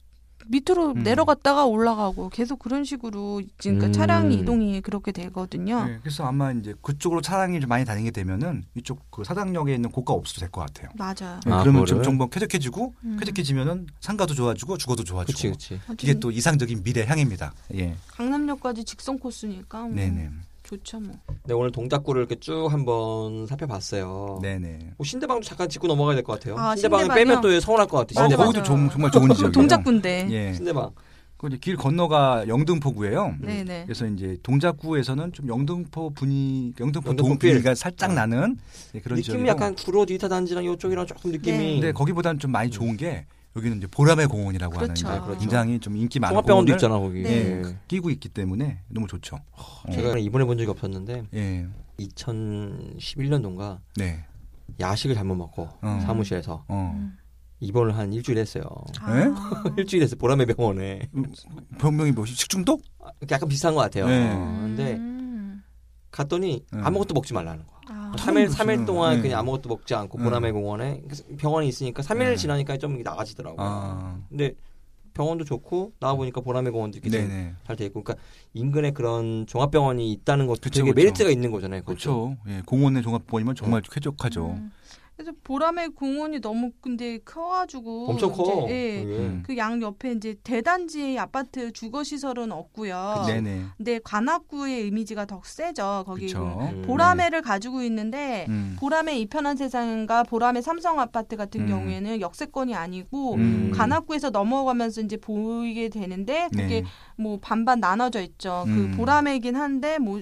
E: 밑으로
D: 음.
E: 내려갔다가 올라가고 계속 그런 식으로 그러니까
C: 음.
E: 차량 이동이 그렇게 되거든요.
D: 예, 그래서 아마 이제 그쪽으로 차량이 좀 많이 다니게 되면은 이쪽 그 사당역에 있는 고가 없어도 될 것 같아요.
E: 맞아요.
D: 예,
C: 아,
D: 그러면
C: 그거를?
D: 좀 정보 쾌적해지고
E: 음.
D: 쾌적해지면은 상가도 좋아지고 주거도 좋아지고
C: 그렇죠. 그렇지, 그렇지.
D: 이게 또 이상적인 미래 향입니다. 예.
E: 강남역까지 직선 코스니까 뭐
D: 네네.
E: 좋죠 뭐.
C: 네, 오늘 동작구를 이렇게 쭉 한번 살펴봤어요.
D: 네네.
C: 뭐 신대방도 잠깐 짚고 넘어가야 될 것 같아요.
E: 아,
C: 신대방을
E: 신대방이요?
C: 빼면 또 서운할 것 같아요.
D: 어,
E: 맞아,
C: 신대방.
E: 맞아.
D: 거기도 좀, 정말 좋은 지역이에요.
E: 어, 동작군데.
D: 예.
C: 신대방.
D: 그 이제 길 건너가 영등포구예요.
E: 네네.
D: 그래서 이제 동작구에서는 좀 영등포 분위 영등포
C: 영등포
D: 동
C: 필. 어.
D: 분위기가 살짝 나는 예, 그런
C: 느낌이
D: 지역이고.
C: 약간 음. 구로 디지타 단지랑 이쪽이랑
E: 네.
C: 조금 느낌이.
D: 근데 거기보다는 좀 많이 좋은 게 여기는 이제 보람의 공원이라고
E: 그렇죠.
D: 하는
E: 아,
D: 이제
E: 그렇죠.
D: 굉장히 좀 인기 많은
C: 종합병원도
D: 공원을
C: 있잖아 거기.
E: 네.
C: 예.
D: 끼고 있기 때문에 너무 좋죠. 어,
C: 제가 입원해 본 적이 없었는데
D: 예.
C: 2011년도인가
D: 네.
C: 야식을 잘못 먹고
D: 어.
C: 사무실에서
E: 음.
D: 어.
C: 입원을 한 일주일 했어요.
D: 예?
E: 아.
C: 일주일 했어요. 보라매 병원에.
D: 음. 병명이 뭐지? 식중독?
C: 아, 약간 비슷한 것 같아요.
D: 네.
C: 어, 근데
E: 음.
C: 갔더니
D: 네.
C: 아무것도 먹지 말라는 거야.
E: 아.
C: 3일,
D: 그러지.
C: 3일 동안
D: 네.
C: 그냥 아무것도 먹지 않고
D: 네.
C: 보라매 공원에 그래서 병원이 있으니까 3일
D: 네.
C: 지나니까 좀 나아지더라고요.
D: 아.
C: 근데 병원도 좋고 나와 보니까 보라매 공원도 이렇게
D: 네, 네.
C: 잘돼 있고 그러니까 인근에 그런 종합병원이 있다는 것도
D: 그쵸,
C: 되게
D: 그쵸.
C: 메리트가 있는 거잖아요. 그것도.
D: 그렇죠. 네. 예, 공원의 종합보건이면 정말 쾌적하죠.
E: 음. 그래서 보람의 공원이 너무 근데 커가지고
C: 엄청 커.
E: 이제, 예.
C: 그게.
D: 음.
E: 그 양 옆에 이제 대단지 아파트 주거 시설은 없고요.
D: 그 네네.
E: 근데 관악구의 이미지가 더 세죠. 거기
D: 그렇죠.
C: 음.
E: 보라매를 가지고 있는데
D: 음.
E: 보람의 이편한 세상과 보람의 삼성 아파트 같은
D: 음.
E: 경우에는 역세권이 아니고
D: 음.
E: 관악구에서 넘어가면서 이제 보이게 되는데 그게
D: 네.
E: 뭐 반반 나눠져 있죠.
D: 음.
E: 그 보람이긴 한데 뭐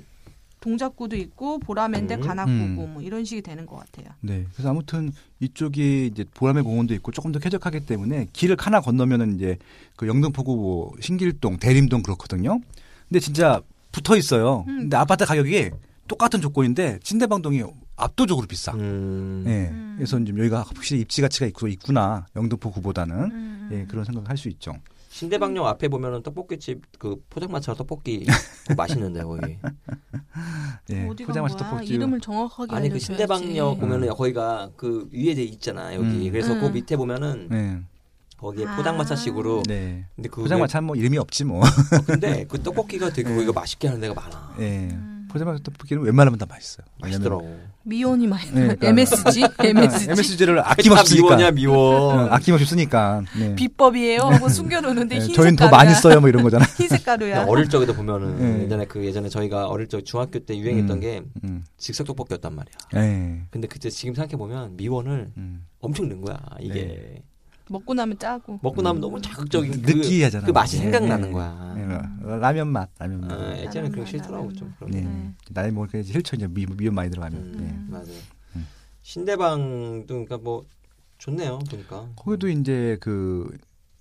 E: 동작구도 있고 보람인데
C: 음.
E: 관악구고
D: 음.
E: 뭐 이런 식이 되는 것 같아요.
D: 네. 그래서 아무튼 이쪽이 이제 보람의 공원도 있고 조금 더 쾌적하기 때문에 길을 하나 건너면은 이제 그 영등포구 뭐 신길동, 대림동 그렇거든요. 근데 진짜 붙어 있어요.
E: 음.
D: 근데 아파트 가격이 똑같은 조건인데 신대방동이 압도적으로 비싸.
C: 음.
D: 예.
E: 음.
D: 그래서 좀 여기가 확실히 입지 가치가 있고 있구나. 영등포구보다는.
C: 음.
E: 음.
D: 예, 그런 생각을 할 수 있죠.
C: 신대방역
D: 음.
C: 앞에 보면은 떡볶이집 그 포장마차 떡볶이 맛있는데 거기.
D: 예.
E: 어디 간
D: 포장마차
E: 거야?
D: 떡볶이.
E: 이름을 정확하게
C: 아니 그
E: 알려줘야지.
C: 신대방역 보면은 거기가 그 위에 돼 있잖아 여기.
D: 음.
C: 그래서 그
E: 음.
C: 밑에 보면은
D: 네.
C: 거기에
E: 아.
C: 포장마차식으로.
D: 네.
C: 근데 그
D: 포장마차 네. 뭐 이름이 없지 뭐.
C: 어, 근데 그 떡볶이가 되게 거기가 맛있게 하는 데가 많아.
D: 예.
E: 음.
D: 포장마차 떡볶이는 웬만하면 다 맛있어요.
C: 맛있더라고.
E: 미온이 많이
D: 네, 그러니까. 네.
E: MSG, MSG
D: MSG를
C: 다
D: 아낌없이 쓰니까.
C: 미워냐 미워.
D: 어, 아낌없이 쓰니까. 네.
E: 비법이에요 하고 숨겨놓는데
D: 예,
E: 흰색
D: 저희는 더
E: 가루야.
D: 많이 써요 뭐 이런 거잖아.
E: 흰색 가루야.
C: 그냥 어릴 적에도 보면은
D: 네.
C: 예전에 그 예전에 저희가 어릴 적 중학교 때 유행했던
D: 음.
C: 게
D: 음.
C: 즉석 떡볶이였단 말이야.
D: 예.
C: 근데 그때 지금 생각해 보면 미원을
D: 음.
C: 엄청 넣은 거야. 이게
E: 먹고 나면 짜고.
C: 먹고 나면 너무 자극적인 그-
D: 네. 음. 느끼하잖아.
C: 그 맛이
D: 예,
C: 생각나는
D: 예.
C: 거야.
D: 예, 라- 라면 맛, 라면 맛.
E: 음.
C: 아, 예전에 그런 거 싫더라고 좀 그런
D: 네.
C: 거.
E: 네.
D: 나이 먹으니까 이제 힐쳐 이제 미, 미연 많이 들어가면.
C: 음,
D: 예.
C: 맞아요.
D: 음.
C: 신대방도 그러니까 뭐 좋네요. 그러니까
D: 거기도 이제 그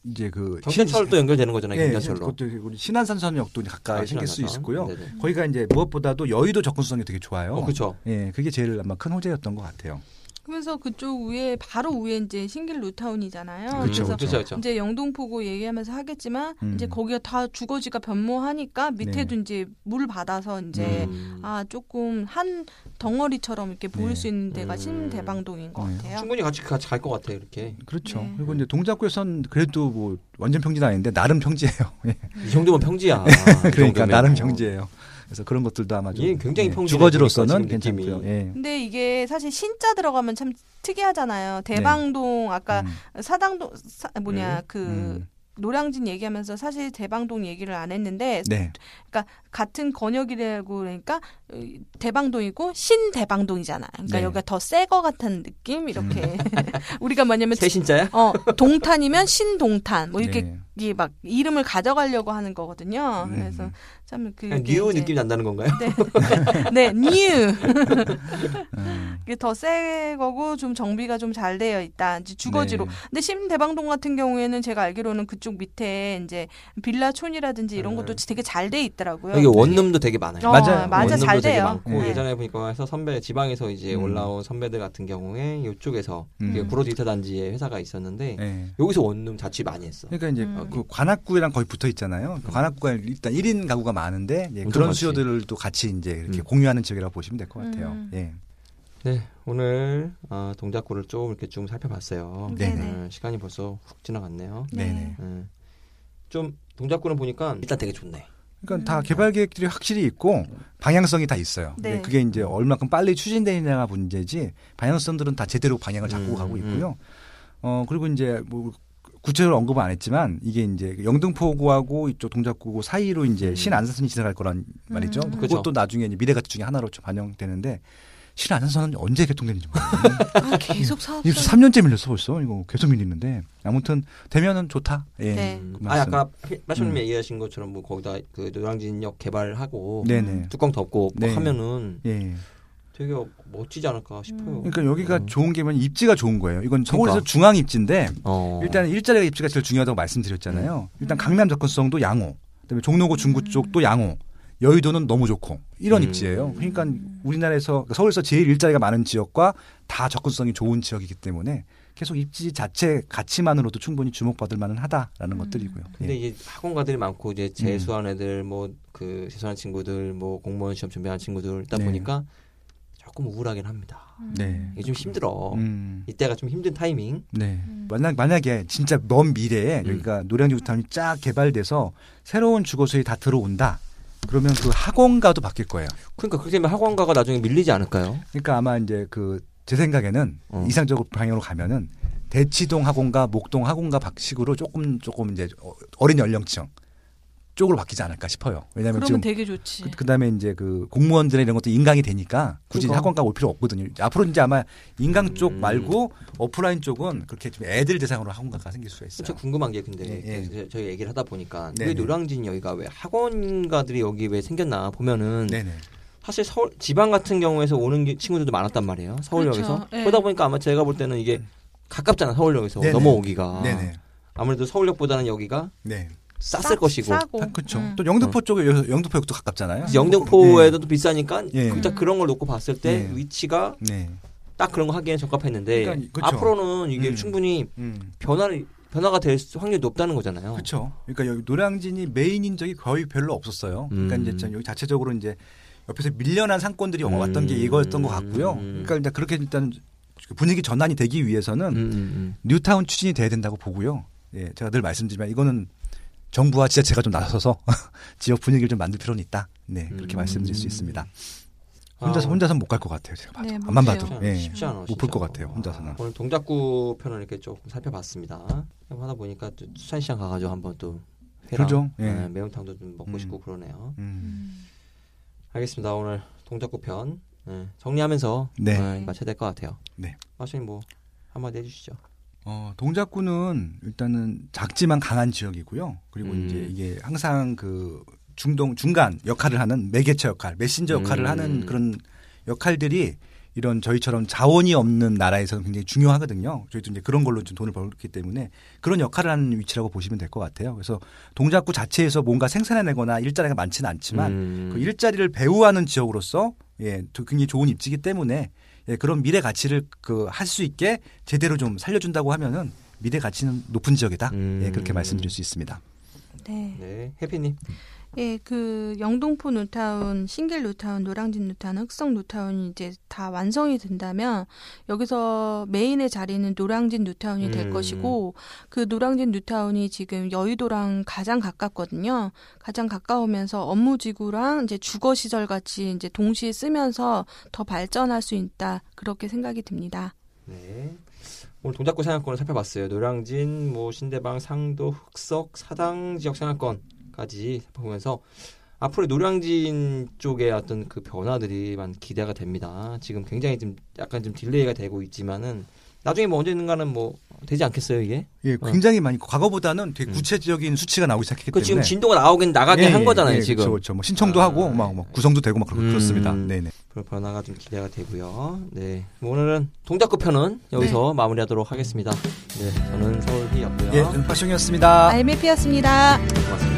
D: 이제 그
C: 경찰철도 연결되는 거잖아요.
D: 예,
C: 경찰철로.
D: 그것도 우리 신안산선역도 이제 가까이
C: 아,
D: 생길 수
C: 신안산선.
D: 있고요.
C: 네네.
D: 거기가 이제 무엇보다도 여의도 접근성이 되게 좋아요.
C: 어, 그렇죠.
D: 예, 그게 제일 아마 큰 호재였던 것 같아요.
E: 그러면서 그쪽 위에 바로 위에 이제 신길 루타운이잖아요.
D: 그쵸,
E: 래서
D: 그쵸.
C: 그렇죠, 그렇죠.
E: 이제 영동포구 얘기하면서 하겠지만
D: 음.
E: 이제 거기가 다 주거지가 변모하니까 밑에도 이제 물을 받아서 이제
C: 음.
E: 아 조금 한 덩어리처럼 이렇게 보일
D: 네.
E: 수 있는 데가
C: 음.
E: 신대방동인 것
D: 네.
E: 같아요.
C: 충분히 같이 같이 갈 것 같아 이렇게.
D: 그렇죠.
E: 네.
D: 그리고 이제 동작구에선 그래도 뭐 완전 평지는 아닌데 나름 평지예요. 예.
E: 네.
C: 이 정도면 평지야. 이
D: 그러니까
C: 정도면.
D: 나름
C: 어.
D: 평지예요. 그래서 그런 것들도 아마 좀
C: 예, 굉장히 평지네,
D: 주거지로서는
C: 보니까 지금
D: 괜찮고요.
C: 느낌이.
D: 예.
E: 근데 이게 사실 신자 들어가면 참 특이하잖아요. 대방동 아까
D: 음.
E: 사당동 사- 뭐냐 그러니까 그
D: 음.
E: 노량진 얘기하면서 사실 대방동 얘기를 안 했는데
D: 네.
E: 같은 권역이라고 그러니까 이, 대방동이고 신대방동이잖아. 그러니까
D: 네. 음.
E: 여기가 더 새 거 같은 느낌 이렇게 우리가 뭐냐면
C: 새 신자야?
E: 어 동탄이면 신동탄 뭐 이렇게
D: 네.
E: 이게 막 이름을 가져가려고 하는 거거든요.
D: 음.
E: 그래서 참 그게
C: 그냥 뉴
E: 이제-
C: 느낌 이 난다는 건가요?
E: 네, 뉴.
D: 음.
E: 이게 더 새 거고 좀 정비가 좀 잘 되어 있다. 이제 주거지로.
D: 네.
E: 근데 신대방동 같은 경우에는 제가 알기로는 그쪽 밑에 이제 빌라촌이라든지
D: 네.
E: 이런 것도 되게 잘 돼 있더라고요.
D: 아,
C: 여기 원룸도 되게 많아요.
E: 네, 어,
D: 맞아요.
E: 맞아 잘
C: 원룸도 되게
E: 돼요.
C: 많고
E: 네.
C: 예전에 보니까 해서 선배 지방에서 이제
D: 음.
C: 올라온 선배들 같은 경우에 이쪽에서
D: 음.
C: 이게 구로도 이타 단지에 회사가 있었는데
D: 네.
C: 여기서 원룸 자취 많이 했어.
D: 그러니까 이제
E: 음.
D: 그 관악구랑 거의 붙어 있잖아요. 그 관악구가 일단 1인 가구가 많은데 예,
C: 엄청
D: 그런
C: 많지.
D: 수요들을 또 같이 이제 이렇게
C: 음.
D: 공유하는 지역이라고 보시면 될 것 같아요.
E: 음.
D: 예.
C: 네 오늘 어, 동작구를 좀 이렇게 좀 살펴봤어요.
D: 네네.
C: 음, 시간이 벌써 훅 지나갔네요.
E: 네.
D: 네네.
C: 음. 좀 동작구는 보니까 일단 되게 좋네.
D: 그러니까 다 개발 계획들이 확실히 있고 방향성이 다 있어요.
E: 음. 네.
D: 예, 그게 이제 얼마큼 빨리 추진되느냐가 문제지 방향성들은 다 제대로 방향을 잡고
C: 음,
D: 가고
C: 음.
D: 있고요. 어 그리고 이제 뭐 구체적으로 언급은 안 했지만 이게 이제 영등포구하고 이쪽 동작구구 사이로 이제
C: 음.
D: 신안산선이 지나갈 거란 말이죠.
E: 음.
D: 그것도
C: 그죠.
D: 나중에 이제 미래 가치 중에 하나로 좀 반영되는데 신안산선은 언제 개통되는지 모르겠어요.
E: 아, 계속 사업.
D: 이거 3년째 밀렸어 벌써. 이거 계속 밀리는데 아무튼 되면은 좋다. 예.
E: 네.
C: 음.
D: 그
C: 아
D: 말씀.
C: 아까 마쇼님이
D: 음.
C: 얘기하신 것처럼 뭐 거기다 그 노량진역 개발하고
D: 네네.
C: 뚜껑 덮고 뭐
D: 네.
C: 하면은
D: 예.
C: 되게 멋지지 않을까 싶어요.
D: 그러니까 여기가
C: 음.
D: 좋은 게면 입지가 좋은 거예요. 이건 서울에서
C: 그러니까.
D: 중앙 입지인데
C: 어. 네.
D: 일단 일자리가 입지가 제일 중요하다고 말씀드렸잖아요. 일단 강남 접근성도 양호, 그다음에 종로구 중구 쪽도 양호, 여의도는 너무 좋고 이런
C: 음.
D: 입지예요. 그러니까 우리나라에서 그러니까 서울에서 제일 일자리가 많은 지역과 다 접근성이 좋은 지역이기 때문에 계속 입지 자체 가치만으로도 충분히 주목받을 만은 하다라는 것들이고요.
C: 음. 근데
D: 예.
C: 이제 학원가들이 많고
D: 음.
C: 이제 재수한 애들 뭐 그 재수한 친구들 뭐 공무원 시험 준비하는 친구들 있다
D: 네.
C: 보니까 조금 우울하긴 합니다.
D: 네.
C: 이게 좀 힘들어.
D: 음.
C: 이때가 좀 힘든 타이밍.
D: 네.
E: 음.
D: 만약 만약에 진짜 먼 미래에
C: 음.
D: 여기가 노량진구탐이 쫙 개발돼서 새로운 주거수에 다 들어온다. 그러면 그 학원가도 바뀔 거예요.
C: 그러니까 그렇게 되면 학원가가 나중에 밀리지 않을까요?
D: 그러니까 아마 이제 그 제 생각에는
C: 어.
D: 이상적으로 방향으로 가면은 대치동 학원가, 목동 학원가 방식으로 조금 조금 이제 어- 어린 연령층 쪽으로 바뀌지 않을까 싶어요. 왜냐하면
E: 그러면
D: 지금
E: 되게 좋지.
D: 그, 다음에 이제 그 공무원들의 이런 것도 인강이 되니까 굳이
C: 그러니까.
D: 학원가 올 필요 없거든요. 앞으로 이제 아마 인강 쪽
C: 음.
D: 말고 오프라인 쪽은 그렇게 좀 애들 대상으로 학원가가 생길 수가
C: 저
D: 있어요.
C: 궁금한 게 근데
D: 예, 예.
C: 저- 저희 얘기를 하다 보니까
D: 그렇죠. 네,
C: 왜
D: 네.
C: 노량진 여기가 왜 학원가들이 여기 왜 생겼나 보면은
D: 네네.
C: 사실 서울 지방 같은 경우에서 오는 게- 친구들도 많았단 말이에요. 서울역에서
E: 그렇죠. 예.
C: 그러다 보니까 아마 제가 볼 때는 이게 가깝잖아 서울역에서
D: 네네.
C: 넘어오기가
D: 네네.
C: 아무래도 서울역보다는 여기가
D: 네.
C: 쌌을
E: 싸-
C: 것이고
E: 싸고.
D: 아, 그렇죠.
E: 음.
D: 또 영등포 쪽에 여- 영등포역도 가깝잖아요.
C: 영등포에도 또 비싸니까
D: 예.
C: 그자 그런 걸 놓고 봤을 때
D: 네.
C: 위치가
D: 네.
C: 딱 그런 거 하기엔 적합했는데
D: 그러니까 그쵸.
C: 앞으로는 이게
D: 음.
C: 충분히
D: 음.
C: 변화를 변화가 될 수- 확률이 높다는 거잖아요.
D: 그렇죠. 그러니까 여기 노량진이 메인인 적이 거의 별로 없었어요. 그러니까
C: 음.
D: 이제 참 여기 자체적으로 이제 옆에서 밀려난 상권들이 왔던 게
C: 음.
D: 이거였던 것 같고요.
C: 음.
D: 그러니까 일단 그렇게 일단 분위기 전환이 되기 위해서는
C: 음, 음,
D: 뉴타운 추진이 돼야 된다고 보고요. 예, 제가 늘 말씀드리지만 이거는 정부와 지자체가 좀 나서서 지역 분위기를 좀 만들 필요는 있다. 네,
C: 음.
D: 그렇게 말씀드릴 수 있습니다.
C: 음.
D: 혼자서
C: 아,
D: 혼자서는 못 갈 것 같아요. 제가 봐도
E: 네, 못
D: 안만
E: 해요.
D: 봐도 예.
C: 쉽지 않아, 쉽지 않아.
D: 못 볼
C: 진짜.
D: 것 같아요. 혼자서는.
C: 오늘 동작구 편을 이렇게 조금 살펴봤습니다. 하다 보니까 또 수산시장 가가지고 한번 또 회랑
D: 그죠? 예.
C: 네, 매운탕도 좀 먹고
D: 음.
C: 싶고 그러네요.
D: 음.
C: 알겠습니다. 오늘 동작구 편 예, 정리하면서
D: 네.
C: 예, 마쳐야 될 것 같아요.
D: 네.
C: 마수님 뭐 한마디 해주시죠.
D: 어, 동작구는 일단은 작지만 강한 지역이고요. 그리고
C: 음.
D: 이제 이게 항상 그 중동 중간 역할을 하는 매개체 역할, 메신저 역할을
C: 음.
D: 하는 그런 역할들이 이런 저희처럼 자원이 없는 나라에서는 굉장히 중요하거든요. 저희도 이제 그런 걸로 좀 돈을 벌기 때문에 그런 역할을 하는 위치라고 보시면 될 것 같아요. 그래서 동작구 자체에서 뭔가 생산해내거나 일자리가 많지는 않지만
C: 음.
D: 그 일자리를 배우하는 지역으로서 예, 또 굉장히 좋은 입지이기 때문에 예, 그런 미래 가치를 그 할 수 있게 제대로 좀 살려준다고 하면은 미래 가치는 높은 지역이다.
C: 음.
D: 예, 그렇게 말씀드릴 수 있습니다.
E: 네.
C: 네, 해피님.
E: 예, 그 영동포 누타운, 신길 누타운, 노량진 누타운, 흑성 누타운이 이제 다 완성이 된다면 여기서 메인의 자리는 노량진 누타운이 될
C: 음.
E: 것이고 그 노량진 누타운이 지금 여의도랑 가장 가깝거든요. 가장 가까우면서 업무지구랑 이제 주거 시설 같이 이제 동시에 쓰면서 더 발전할 수 있다 그렇게 생각이 듭니다.
C: 네. 오늘 동작구 생활권을 살펴봤어요. 노량진, 뭐 신대방, 상도, 흑석, 사당 지역 생활권까지 살펴보면서 앞으로 노량진 쪽의 어떤 그 변화들이만 기대가 됩니다. 지금 굉장히 좀 약간 좀 딜레이가 되고 있지만은 나중에 뭐 언젠가는 뭐 되지 않겠어요 이게?
D: 예, 굉장히 많이 과거보다는 되게 구체적인 수치가 나오기 시작했기
C: 그
D: 때문에
C: 지금 진도가 나오긴 나가게
D: 예,
C: 한
D: 예,
C: 거잖아요
D: 예,
C: 지금.
D: 그렇죠, 그렇죠. 뭐 신청도
C: 아,
D: 하고 막, 막 구성도 되고 막 그렇,
C: 음.
D: 그렇습니다. 네네.
C: 그런 변화가 좀 기대가 되고요. 네. 뭐 오늘은 동작구 편은 여기서 마무리하도록 하겠습니다. 네. 저는 서울이었고요. 아.
D: 예, 연파송이었습니다.
E: IMF였습니다.
C: 고맙습니다.